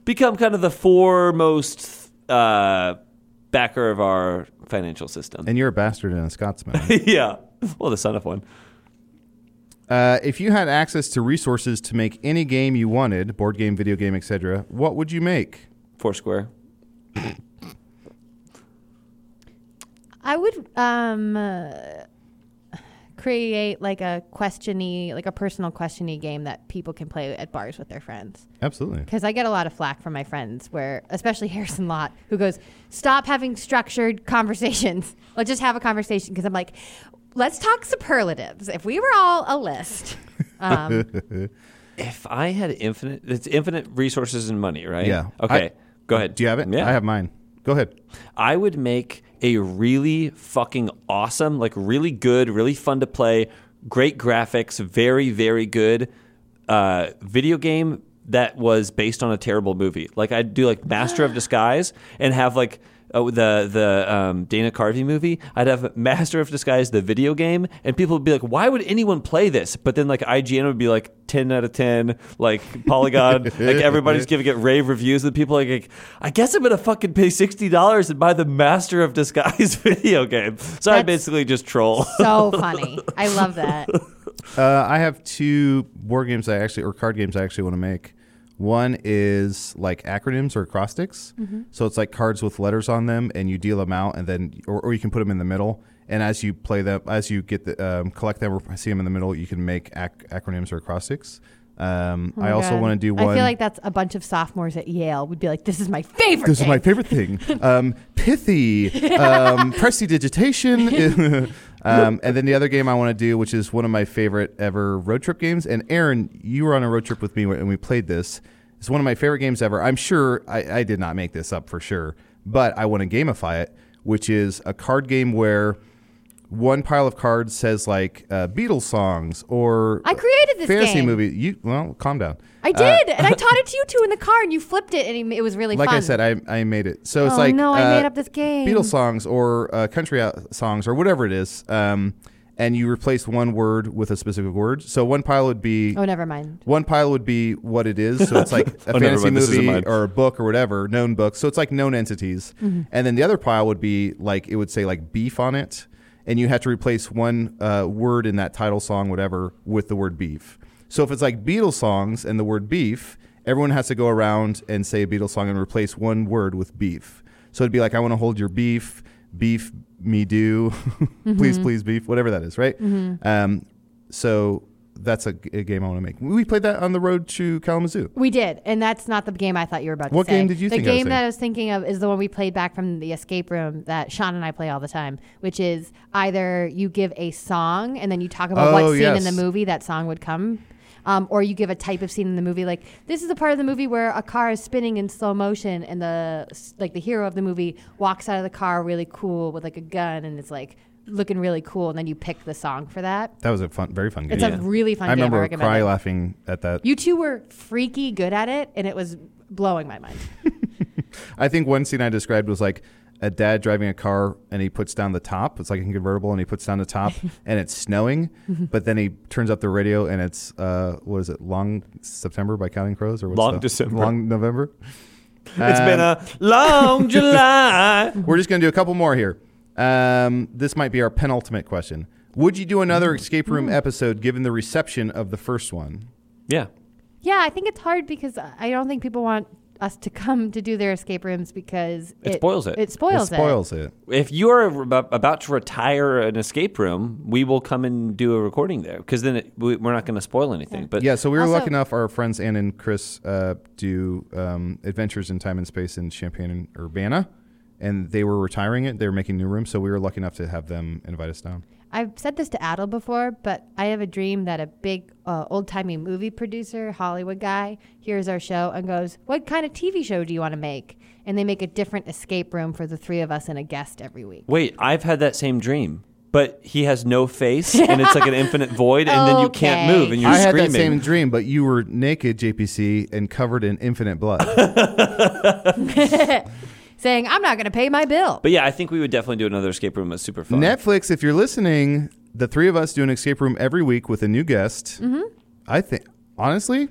C: become kind of the foremost uh, backer of our financial system.
B: And you're a bastard and a Scotsman.
C: yeah, well, the son of one.
B: uh, if you had access to resources to make any game you wanted, board game, video game, etc., what would you make?
C: Foursquare.
D: I would um, uh, create like a questiony, like a personal questiony game that people can play at bars with their friends.
B: Absolutely.
D: Because I get a lot of flack from my friends, where especially Harrison Lott, who goes, "Stop having structured conversations. Let's just have a conversation." Because I'm like, "Let's talk superlatives. If we were all a list." Um,
C: If I had infinite, it's infinite resources and money, right?
B: Yeah.
C: Okay.
B: I-
C: Go ahead.
B: Do you have it?
C: Yeah.
B: I have mine. Go ahead.
C: I would make a really fucking awesome, like really good, really fun to play, great graphics, very, very good uh, video game that was based on a terrible movie. Like I'd do like Master of Disguise and have like uh, the the um, Dana Carvey movie. I'd have Master of Disguise, the video game, and people would be like, "Why would anyone play this?" But then like IGN would be like ten out of ten, like Polygon, like everybody's giving it rave reviews, and people are like, "I guess I'm gonna fucking pay sixty dollars and buy the Master of Disguise video game." So I
D: That's-
C: basically just troll.
D: so funny. I love that.
B: Uh, I have two board games I actually, or card games I actually want to make. One is like acronyms or acrostics.
D: Mm-hmm.
B: So it's like cards with letters on them, and you deal them out, and then, or, or you can put them in the middle. And as you play them, as you get the, um, collect them or see them in the middle, you can make ac- acronyms or acrostics. Um, I
D: Oh,
B: also
D: God.
B: want to do one.
D: I feel like that's a bunch of sophomores at Yale would be like, "This is my favorite."
B: this is my
D: thing."
B: favorite thing. Um, pithy, um, prestidigitation. um, and then the other game I want to do, which is one of my favorite ever road trip games. And Aaron, you were on a road trip with me when- and we played this. It's one of my favorite games ever. I'm sure I, I did not make this up for sure, but I want to gamify it, which is a card game where one pile of cards says like uh, Beatles songs or
D: I created this
B: fantasy
D: game.
B: movie. You well, calm down.
D: I did, and I taught it to you two in the car, and you flipped it, and it was really
B: like
D: fun.
B: I said, I, I made it. So it's
D: Oh,
B: like
D: no, I
B: uh,
D: made up this game.
B: Beatles songs or uh, country out- songs or whatever it is, um, and you replace one word with a specific word. So one pile would be
D: oh, never mind.
B: one pile would be what it is. So it's like a
C: Oh, never
B: fantasy
C: mind, this isn't
B: movie
C: mine.
B: or a book or whatever, known books. So it's like known entities. And then the other pile would be like it would say like beef on it, and you have to replace one uh, word in that title song, whatever, with the word beef. So if it's like Beatles songs and the word beef, everyone has to go around and say a Beatles song and replace one word with beef. So it'd be like I want to hold your beef, beef me do, please please beef, whatever that is, right? Um, so that's a, g- a game I want to make. We played that on the road to Kalamazoo.
D: We did, and that's not the game I thought you were about
B: What
D: to say.
B: game did you
D: The
B: think I was
D: game that
B: saying?
D: I was thinking of is the one we played back from the escape room that Sean and I play all the time, which is either you give a song and then you talk about
B: Oh,
D: what scene
B: yes.
D: in the movie that song would come. Um, or you give a type of scene in the movie, like this is the part of the movie where a car is spinning in slow motion, and the like the hero of the movie walks out of the car really cool with like a gun, and it's like looking really cool, and then you pick the song for that.
B: That was a fun, very fun game.
D: It's a really fun
B: I
D: game. I
B: remember
D: recommend
B: cry
D: it.
B: laughing at that.
D: You two were freaky good at it, and it was blowing my mind.
B: I think one scene I described was like a dad driving a car and he puts down the top. It's like a convertible and he puts down the top and it's snowing, but then he turns up the radio and it's uh, what is it? Long September by Counting Crows or what's
C: Long
B: the-
C: December.
B: Long November. Um,
C: It's been a long July.
B: We're just going to do a couple more here. Um, this might be our penultimate question. Would you do
D: Mm.
B: another escape room episode given the reception of the first one?
C: Yeah.
D: Yeah, I think it's hard because I don't think people want us to come to do their escape rooms because
C: It spoils it.
D: It spoils
B: it
D: it.
B: spoils it.
C: If you're ab- about to retire an escape room, we will come and do a recording there because then it, we, we're not going to spoil anything. But
B: Yeah, so we were
D: Also-
B: lucky enough. Our friends Ann and Chris uh, do um, Adventures in Time and Space in Champaign and Urbana, and they were retiring it. They were making new rooms, so we were lucky enough to have them invite us down.
D: I've said this to Adel before, but I have a dream that a big uh, old timey movie producer, Hollywood guy, hears our show and goes, "What kind of TV show do you want to make?" And they make a different escape room for the three of us and a guest every week.
C: wait, I've had that same dream, but he has no face and it's like an infinite void, and then you can't
D: Okay.
C: move and you're
B: I had
C: screaming.
B: that same dream, but you were naked, JPC, and covered in infinite blood.
D: Saying, "I'm not going to pay my bill."
C: but yeah, I think we would definitely do another escape room. It's super fun.
B: Netflix, if you're listening, the three of us do an escape room every week with a new guest.
C: Mm-hmm.
B: I think, honestly,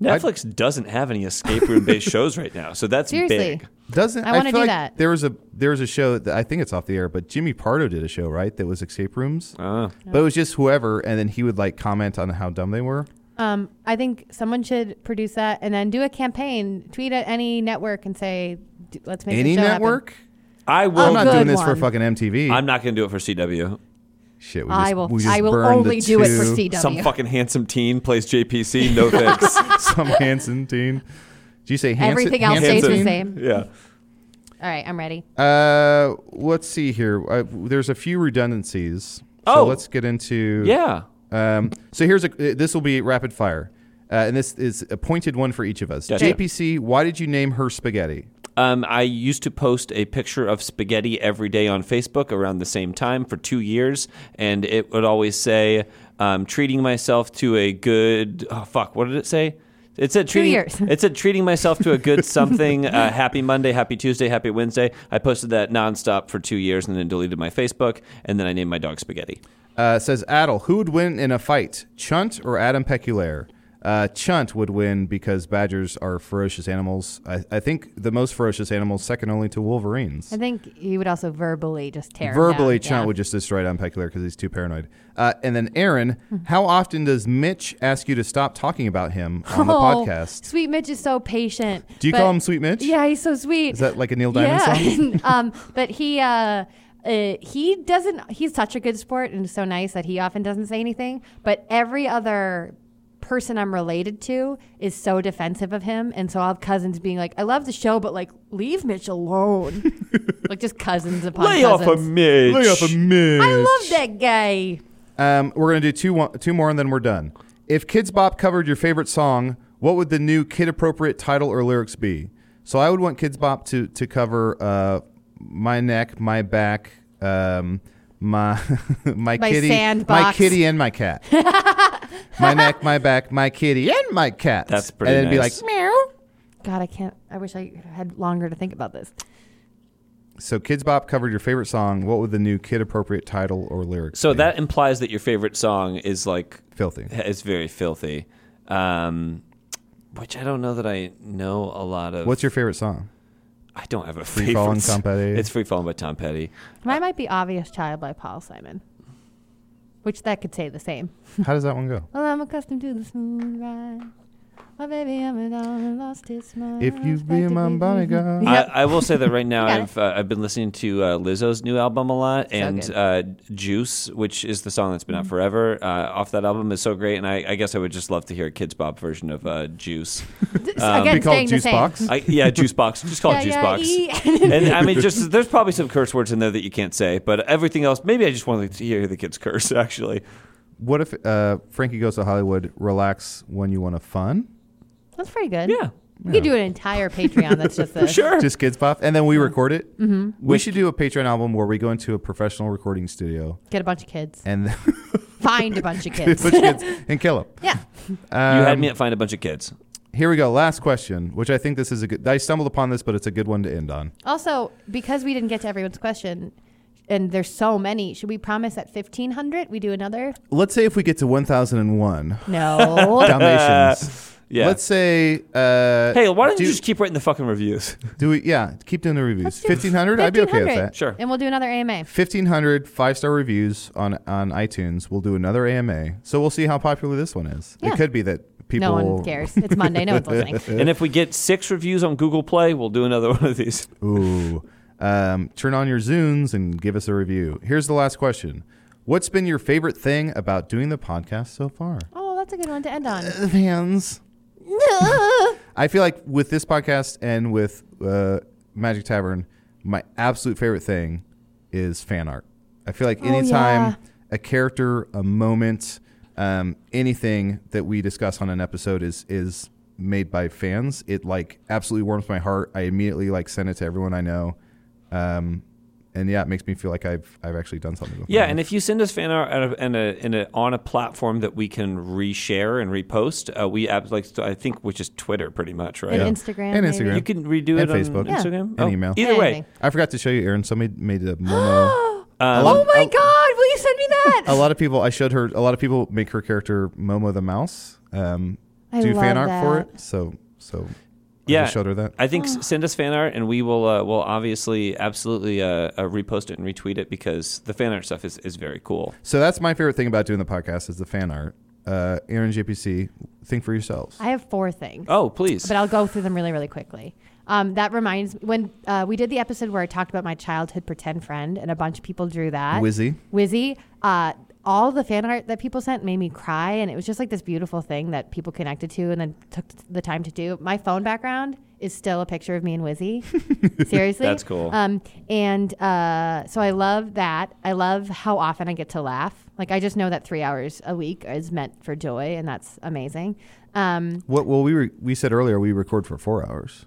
C: Netflix doesn't have any escape room based shows right now, so that's
D: Seriously.
C: big.
B: doesn't
D: I wanna
B: feel
D: do
B: like
D: that.
B: There was a there was a show that I think it's off the air, but Jimmy Pardo did a show right that was escape rooms,
C: Oh.
B: but it was just whoever, and then he would like comment on how dumb they were.
D: Um, I think someone should produce that and then do a campaign, tweet at any network and say, "D- "Let's make
B: Any
D: this show
B: network?
C: I will.
B: I'm
D: A
B: not doing
D: good
B: this for
D: one.
B: fucking MTV.
C: I'm not going to do it for CW.
B: Shit,
D: happen."
B: we just,
D: I will.
B: We just
D: I will
B: burned the
D: only do it for
B: two-
D: CW.
C: Some fucking handsome teen plays JPC. No thanks.
B: Some Hanson teen. Did you say Hanson?
D: Everything else
B: Hanson
D: stays the
B: teen?
D: same.
C: yeah.
D: All right, I'm ready.
B: Uh, let's see here. Uh, there's a few redundancies. So
C: Oh.
B: let's get into
C: Yeah.
B: Um, so here's a. This will be rapid fire, uh, and this is a pointed one for each of us.
C: Gotcha.
B: JPC, why did you name her spaghetti?
C: Um, I used to post a picture of spaghetti every day on Facebook around the same time for two years, and it would always say, um, "Treating myself to a good oh, fuck." What did it say? It said treating.
D: years.
C: It said treating myself to a good something. uh, happy Monday, happy Tuesday, happy Wednesday. I posted that nonstop for two years, and then deleted my Facebook, and then I named my dog Spaghetti.
B: Uh, says Adel, who would win in a fight, Chunt or Adam Peculaire? Uh, Chunt would win because badgers are ferocious animals. I, I think the most ferocious animals, second only to wolverines.
D: I think you would also verbally just tear. 'em
B: Verbally,
D: down.
B: Chunt would just destroy Adam Peculaire because he's too paranoid. Uh, and then Aaron,
D: Hmm.
B: how often does Mitch ask you to stop talking about him on the
D: Oh,
B: podcast?
D: Sweet Mitch is so patient.
B: Do you
D: but-
B: call him Sweet Mitch?
D: Yeah, he's so sweet.
B: Is that like a Neil Diamond
D: yeah.
B: song?
D: um, but he uh, uh, he doesn't. He's such a good sport and so nice that he often doesn't say anything. But every other person I'm related to is so defensive of him, and so I'll have cousins being like, "I love the show, but like, leave Mitch alone." like just cousins upon
C: Lay off
D: cousins.
C: of Mitch.
B: Lay off a minute.
D: I love that guy.
B: Um, we're gonna do two one, two more and then we're done. If Kids Bop covered your favorite song, what would the new kid appropriate title or lyrics be? So I would want Kids Bop to to cover uh, my neck, my back, um, my
D: My
B: my, kitty,
D: sandbox.
B: my kitty and my cat. my neck, my back, my kitty and my cat.
C: That's pretty
B: And it'd be like
C: nice.
D: Meow. God, I can't. I wish I had longer to think about this.
B: so. Kids Bop covered your favorite song. What would the new kid appropriate title or lyrics?
C: So
B: be?
C: that implies that your favorite song is like
B: filthy.
C: is very filthy, um, which I don't know that I know a lot of.
B: What's your favorite song?
C: I don't have a
B: Free
C: favorite
B: Fallin'
C: song.
B: Tom Petty.
C: It's free falling by Tom Petty.
D: Mine might be "Obvious Child" by Paul Simon, which that could say the same.
B: How does that one go?
D: Well, I'm accustomed to the smooth ride. My baby, I'm a dog and lost his mind.
B: If you be my bodyguard.
D: Yep.
C: I, I will say that right now
D: You got
C: I've uh, I've been listening to uh, Lizzo's new album a lot and
D: good. Mm-hmm.
C: uh, Juice, which is the song that's been out forever. Uh, off that album is so great, and I, I guess I would just love to hear a Kids Bob version of uh, Juice.
D: Just,
B: be
D: Again,
B: called
D: saying the
B: Juice
D: same.
B: Box?
C: I, yeah, Juice Box. Just um, call it Juice
D: Yeah,
C: Box.
D: yeah, eat.
C: and I mean, just there's probably some curse words in there that you can't say, but everything else, maybe I just want to hear the kids curse. Actually,
B: What if uh, Frankie Goes to Hollywood? Relax when you want to fun.
D: That's pretty good.
C: yeah,
D: We could do an entire Patreon that's just this.
C: sure.
B: Just kids pop, and then we record it. Mm-hmm. We should do a Patreon album where we go into a professional recording studio
D: Get a bunch of kids.
B: and
D: Find a bunch of
B: push
D: kids.
B: kids and kill them.
D: yeah.
C: you
B: um,
C: had me at find a bunch of kids.
B: Here we go. Last question, which I think this is a good. I stumbled upon this, but it's a good one to end on.
D: Also, because we didn't get to everyone's question, and there's so many, should we promise at 1,500 we do another?
B: Let's say if we get to one thousand and one
D: No.
B: Dalmatians.
C: Yeah.
B: Let's say. Uh,
C: Hey, why don't
B: do,
C: you just keep writing the fucking reviews?
B: do we? Yeah, keep doing the reviews.
D: Let's do
B: Fifteen hundred. I'd be okay with
D: 1,500.
B: that.
C: Sure.
D: and we'll do another AMA.
B: 1500 five star reviews on on iTunes. We'll do another AMA. So we'll see how popular this one is.
D: Yeah.
B: It could be that people
D: No one cares. It's Monday. No one's listening.
C: And if we get six reviews on Google Play, we'll do another one of these.
B: Ooh. Um, turn on your Zunes and give us a review. Here's the last question. What's been your favorite thing about doing the podcast so far?
D: Oh, that's a good one to end on.
B: The fans. I feel like with this podcast and with uh, Magic Tavern, my absolute favorite thing is fan art. I feel like anytime
D: Oh, yeah.
B: a character, a moment, um, anything that we discuss on an episode is is made by fans, it like absolutely warms my heart. I immediately like send it to everyone I know. Um, and yeah, it makes me feel like I've I've actually done something. With
C: Yeah,
B: my
C: and if you send us fan art at a, in a, in a, on a platform that we can reshare and repost, uh, we ab- like I think which is Twitter, pretty much, right?
D: And
B: Yeah.
D: Instagram.
B: And
D: maybe.
B: Instagram.
C: You can redo
B: And
C: it on
B: Facebook.
D: Yeah.
C: Instagram Oh,
B: And email.
C: Either way,
D: Anything.
B: I forgot to show you, Aaron. Somebody made a Momo.
C: Um,
B: lot
D: Oh
B: of-
D: my
B: a-
D: God! Will you send me that?
B: a lot of people I showed her a lot of people make her character Momo the mouse um,
D: I
B: do fan
D: love
B: art for
D: that.
B: it so so I
C: Yeah.
B: just showed her that
C: I think
D: Oh.
C: s- send us fan art, and we will uh, will obviously absolutely uh, uh, repost it and retweet it because the fan art stuff is, is very cool.
B: so that's my favorite thing about doing the podcast is the fan art uh, Aaron JPC think for yourselves
D: I have four things.
C: Oh, please.
D: but I'll go through them really, really quickly. Um, that reminds me when uh, we did the episode where I talked about my childhood pretend friend, and a bunch of people drew that.
B: Wizzy.
D: Wizzy. Uh, all the fan art that people sent made me cry, and it was just like this beautiful thing that people connected to and then took the time to do. My phone background is still a picture of me and Wizzy. Seriously,
C: That's cool.
D: Um, and uh, so I love that. I love how often I get to laugh. Like I just know that three hours a week is meant for joy, and that's amazing. Um,
B: what well we re- we said earlier we record for four hours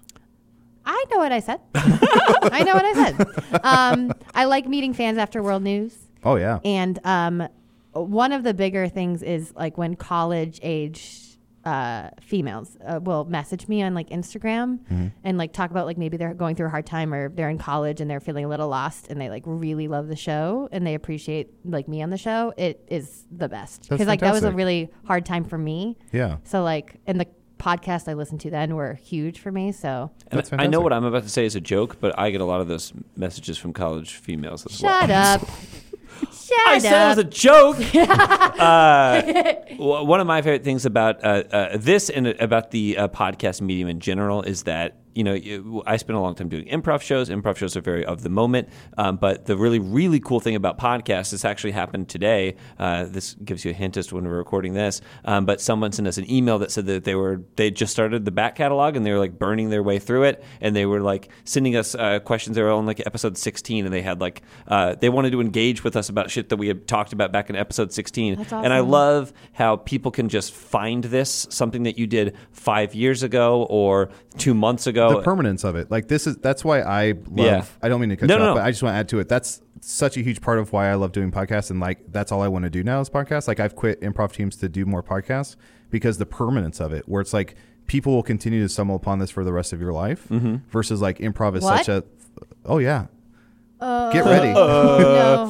D: I know what I said. I know what I said. Um, I like meeting fans after World News.
B: oh yeah
D: And um, one of the bigger things is like when college age uh, females uh, will message me on like Instagram
B: Mm-hmm.
D: and like talk about like maybe they're going through a hard time or they're in college and they're feeling a little lost and they like really love the show and they appreciate like me on the show. It is the best
B: That's
D: because like that was a
B: fantastic.
D: really hard time for me.
B: yeah
D: So like and the podcasts I listened to then were huge for me. So
C: And
B: That's
C: I know
B: fantastic.
C: what I'm about to say is a joke, but I get a lot of those messages from college females as well.
D: Shut up. Shut
C: I
D: up.
C: said it was a joke. Uh, w- one of my favorite things about uh, uh, this and about the uh, podcast medium in general is that you know, you- I spent a long time doing improv shows. Improv shows are very of the moment. Um, but the really, really cool thing about podcasts, this actually happened today. Uh, this gives you a hint as to when we're recording this. Um, but someone sent us an email that said that they were they just started the back catalog and they were like burning their way through it, and they were like sending us uh, questions. They were on like episode sixteen, and they had like uh, they wanted to engage with us about shit that we had talked about back in episode sixteen.
D: That's
C: And I
D: awesome.
C: love love how people can just find this something that you did five years ago or two months ago.
B: the permanence of it. Like this is that's why I love.
C: Yeah.
B: I don't mean to cut
C: No,
B: you
C: no,
B: off,
C: no.
B: but I just want to add to it. That's such a huge part of why I love doing podcasts, and like that's all I want to do now is podcasts. Like I've quit improv teams to do more podcasts because the permanence of it, where it's like people will continue to stumble upon this for the rest of your life,
C: Mm-hmm.
B: versus like improv is
D: What?
B: such a. Oh yeah. Get ready.
D: Oh.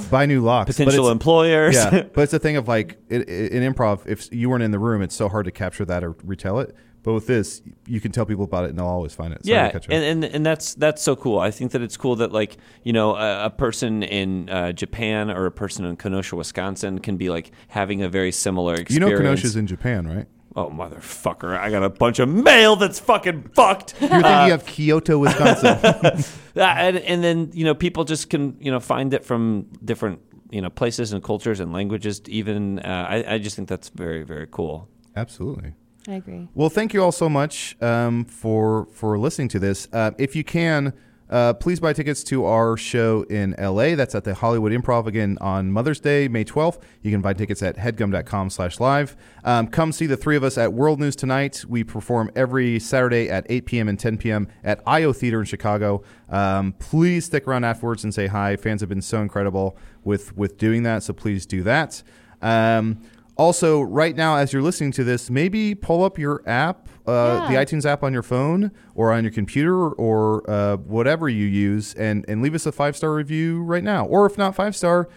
D: no.
B: Buy new locks. But
C: potential
B: it's-
C: employers.
B: yeah, but it's a thing of like it, it, in improv. If you weren't in the room, it's so hard to capture that or retell it. But with this, you can tell people about it, and they'll always find it. So
C: yeah,
B: they catch it.
C: and, and and that's that's so cool. I think that it's cool that like you know a, a person in uh, Japan or a person in Kenosha, Wisconsin, can be like having a very similar
B: you
C: experience.
B: know, Kenosha's in Japan, right?
C: oh motherfucker! I got a bunch of mail that's fucking fucked.
B: You're thinking of Kyoto, Wisconsin.
C: That- Uh, and, and then you know people just can you know find it from different you know places and cultures and languages. Even uh, I, I just think that's very very cool.
B: Absolutely.
D: I agree.
B: Well, thank you all so much um, for for listening to this. Uh, if you can, uh, please buy tickets to our show in LA. That's at the Hollywood Improv again on Mother's Day, May 12th. You can buy tickets at headgum.com slash live. Um, come see the three of us at World News Tonight. We perform every Saturday at 8 p.m. and 10 p.m. at IO Theater in Chicago. Um, please stick around afterwards and say hi. Fans have been so incredible with, with doing that, so please do that. Um, also, right now, as you're listening to this, maybe pull up your app, uh,
D: Yeah.
B: the iTunes app on your phone or on your computer or uh, whatever you use, and, and leave us a five star review right now. Or if not five star,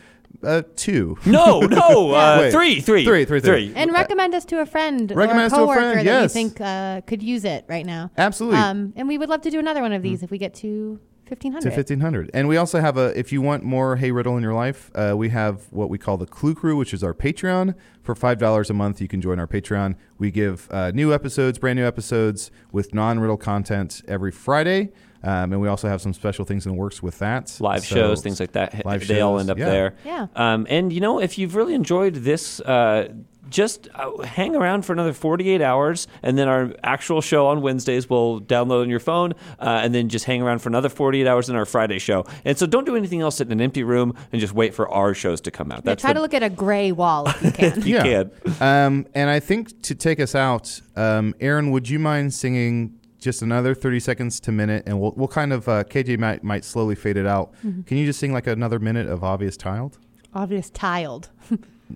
B: uh, two.
C: No, no, uh,
B: Wait.
C: three, three,
B: Three, three, three.
D: And recommend us to a friend
B: Uh, Recommend
D: or
B: us
D: a
B: to a
D: coworker
B: friend,
D: that
B: yes.
D: you think uh, could use it right now.
B: Absolutely. Mm.
D: Um, and we would love to do another one of these if we get to 1500.
B: to 1500 and we also have a if you want more hey riddle in your life uh, we have what we call the clue crew which is our patreon for $5 a month you can join our patreon we give uh, new episodes brand new episodes with non-riddle content every friday um, and we also have some special things in the works with that
C: live
B: So-
C: shows, things like that.
B: live
C: they all
B: shows,
C: end up
B: yeah.
C: there.
D: Yeah.
C: Um, and you know, if you've really enjoyed this, uh, just uh, hang around for another 48 hours, and then our actual show on Wednesdays will download on your phone, uh, and then just hang around for another 48 hours in our Friday show. And so don't do anything else in an empty room and just wait for our shows to come out.
D: Yeah,
C: That's
D: try
C: the-
D: to look at a gray wall if you can.
C: you can.
B: um, and i think to take us out um, aaron would you mind singing just another 30 seconds to minute and we'll, we'll kind of uh, kj might, might slowly fade it out
D: Mm-hmm.
B: can you just sing like another minute of obvious child
D: Obvious tiled.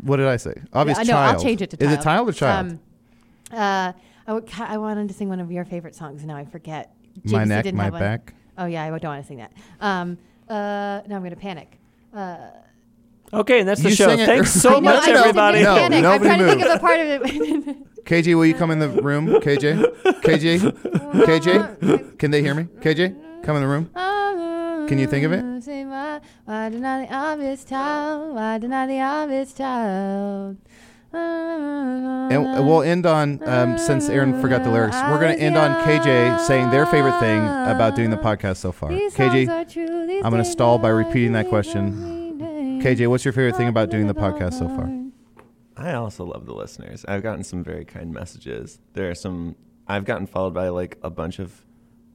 B: What did I say? Obvious
D: Uh, no,
B: child.
D: I'll change it to
B: Is
D: child.
B: it child or child?
D: Um, uh, I, would, ca- I wanted to sing one of your favorite songs, and now I forget.
B: my
D: Jinx, you
B: neck,
D: didn't
B: my
D: have one.
B: back.
D: Oh, yeah, I don't want to sing that. Um, uh, now I'm going to panic. Uh,
C: Okay, and that's the
B: You
C: show.
B: sang it-
C: Thanks
B: I
C: so
B: know,
C: much,
D: I just
C: everybody.
D: didn't
B: No,
D: panic. I'm
B: nobody
D: trying to
B: moved.
D: think of a part of it.
B: KJ, will you come in the room? KJ, KJ, KJ. Can they hear me? KJ, come in the room.
D: Can
B: you think of it?
D: Why, why deny the obvious child? Why deny the obvious child?
B: And uh, we'll end on um, since Aaron forgot the lyrics. We're going to end on KJ saying their favorite thing about doing the podcast so far.
D: These songs
B: KJ,
D: are true, these
B: I'm gonna
D: days
B: stall by
D: are
B: repeating that
D: days
B: question.
D: of meaning.
B: KJ, what's your favorite thing about doing the podcast so far?
E: I also love the listeners. I've gotten some very kind messages. There are some I've gotten followed by like a bunch of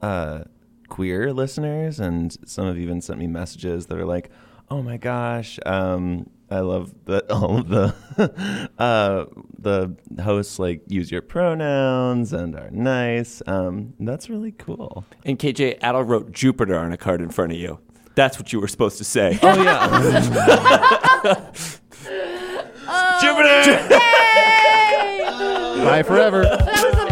E: uh, queer listeners, and some have even sent me messages that are like, "Oh my gosh, um, I love that all of the uh, the hosts like use your pronouns and are nice." Um, that's really cool.
C: And KJ, Adel wrote Jupiter on a card in front of you. That's what you were supposed to say.
E: Oh yeah.
C: Jupiter!
B: Bye forever.
D: That was the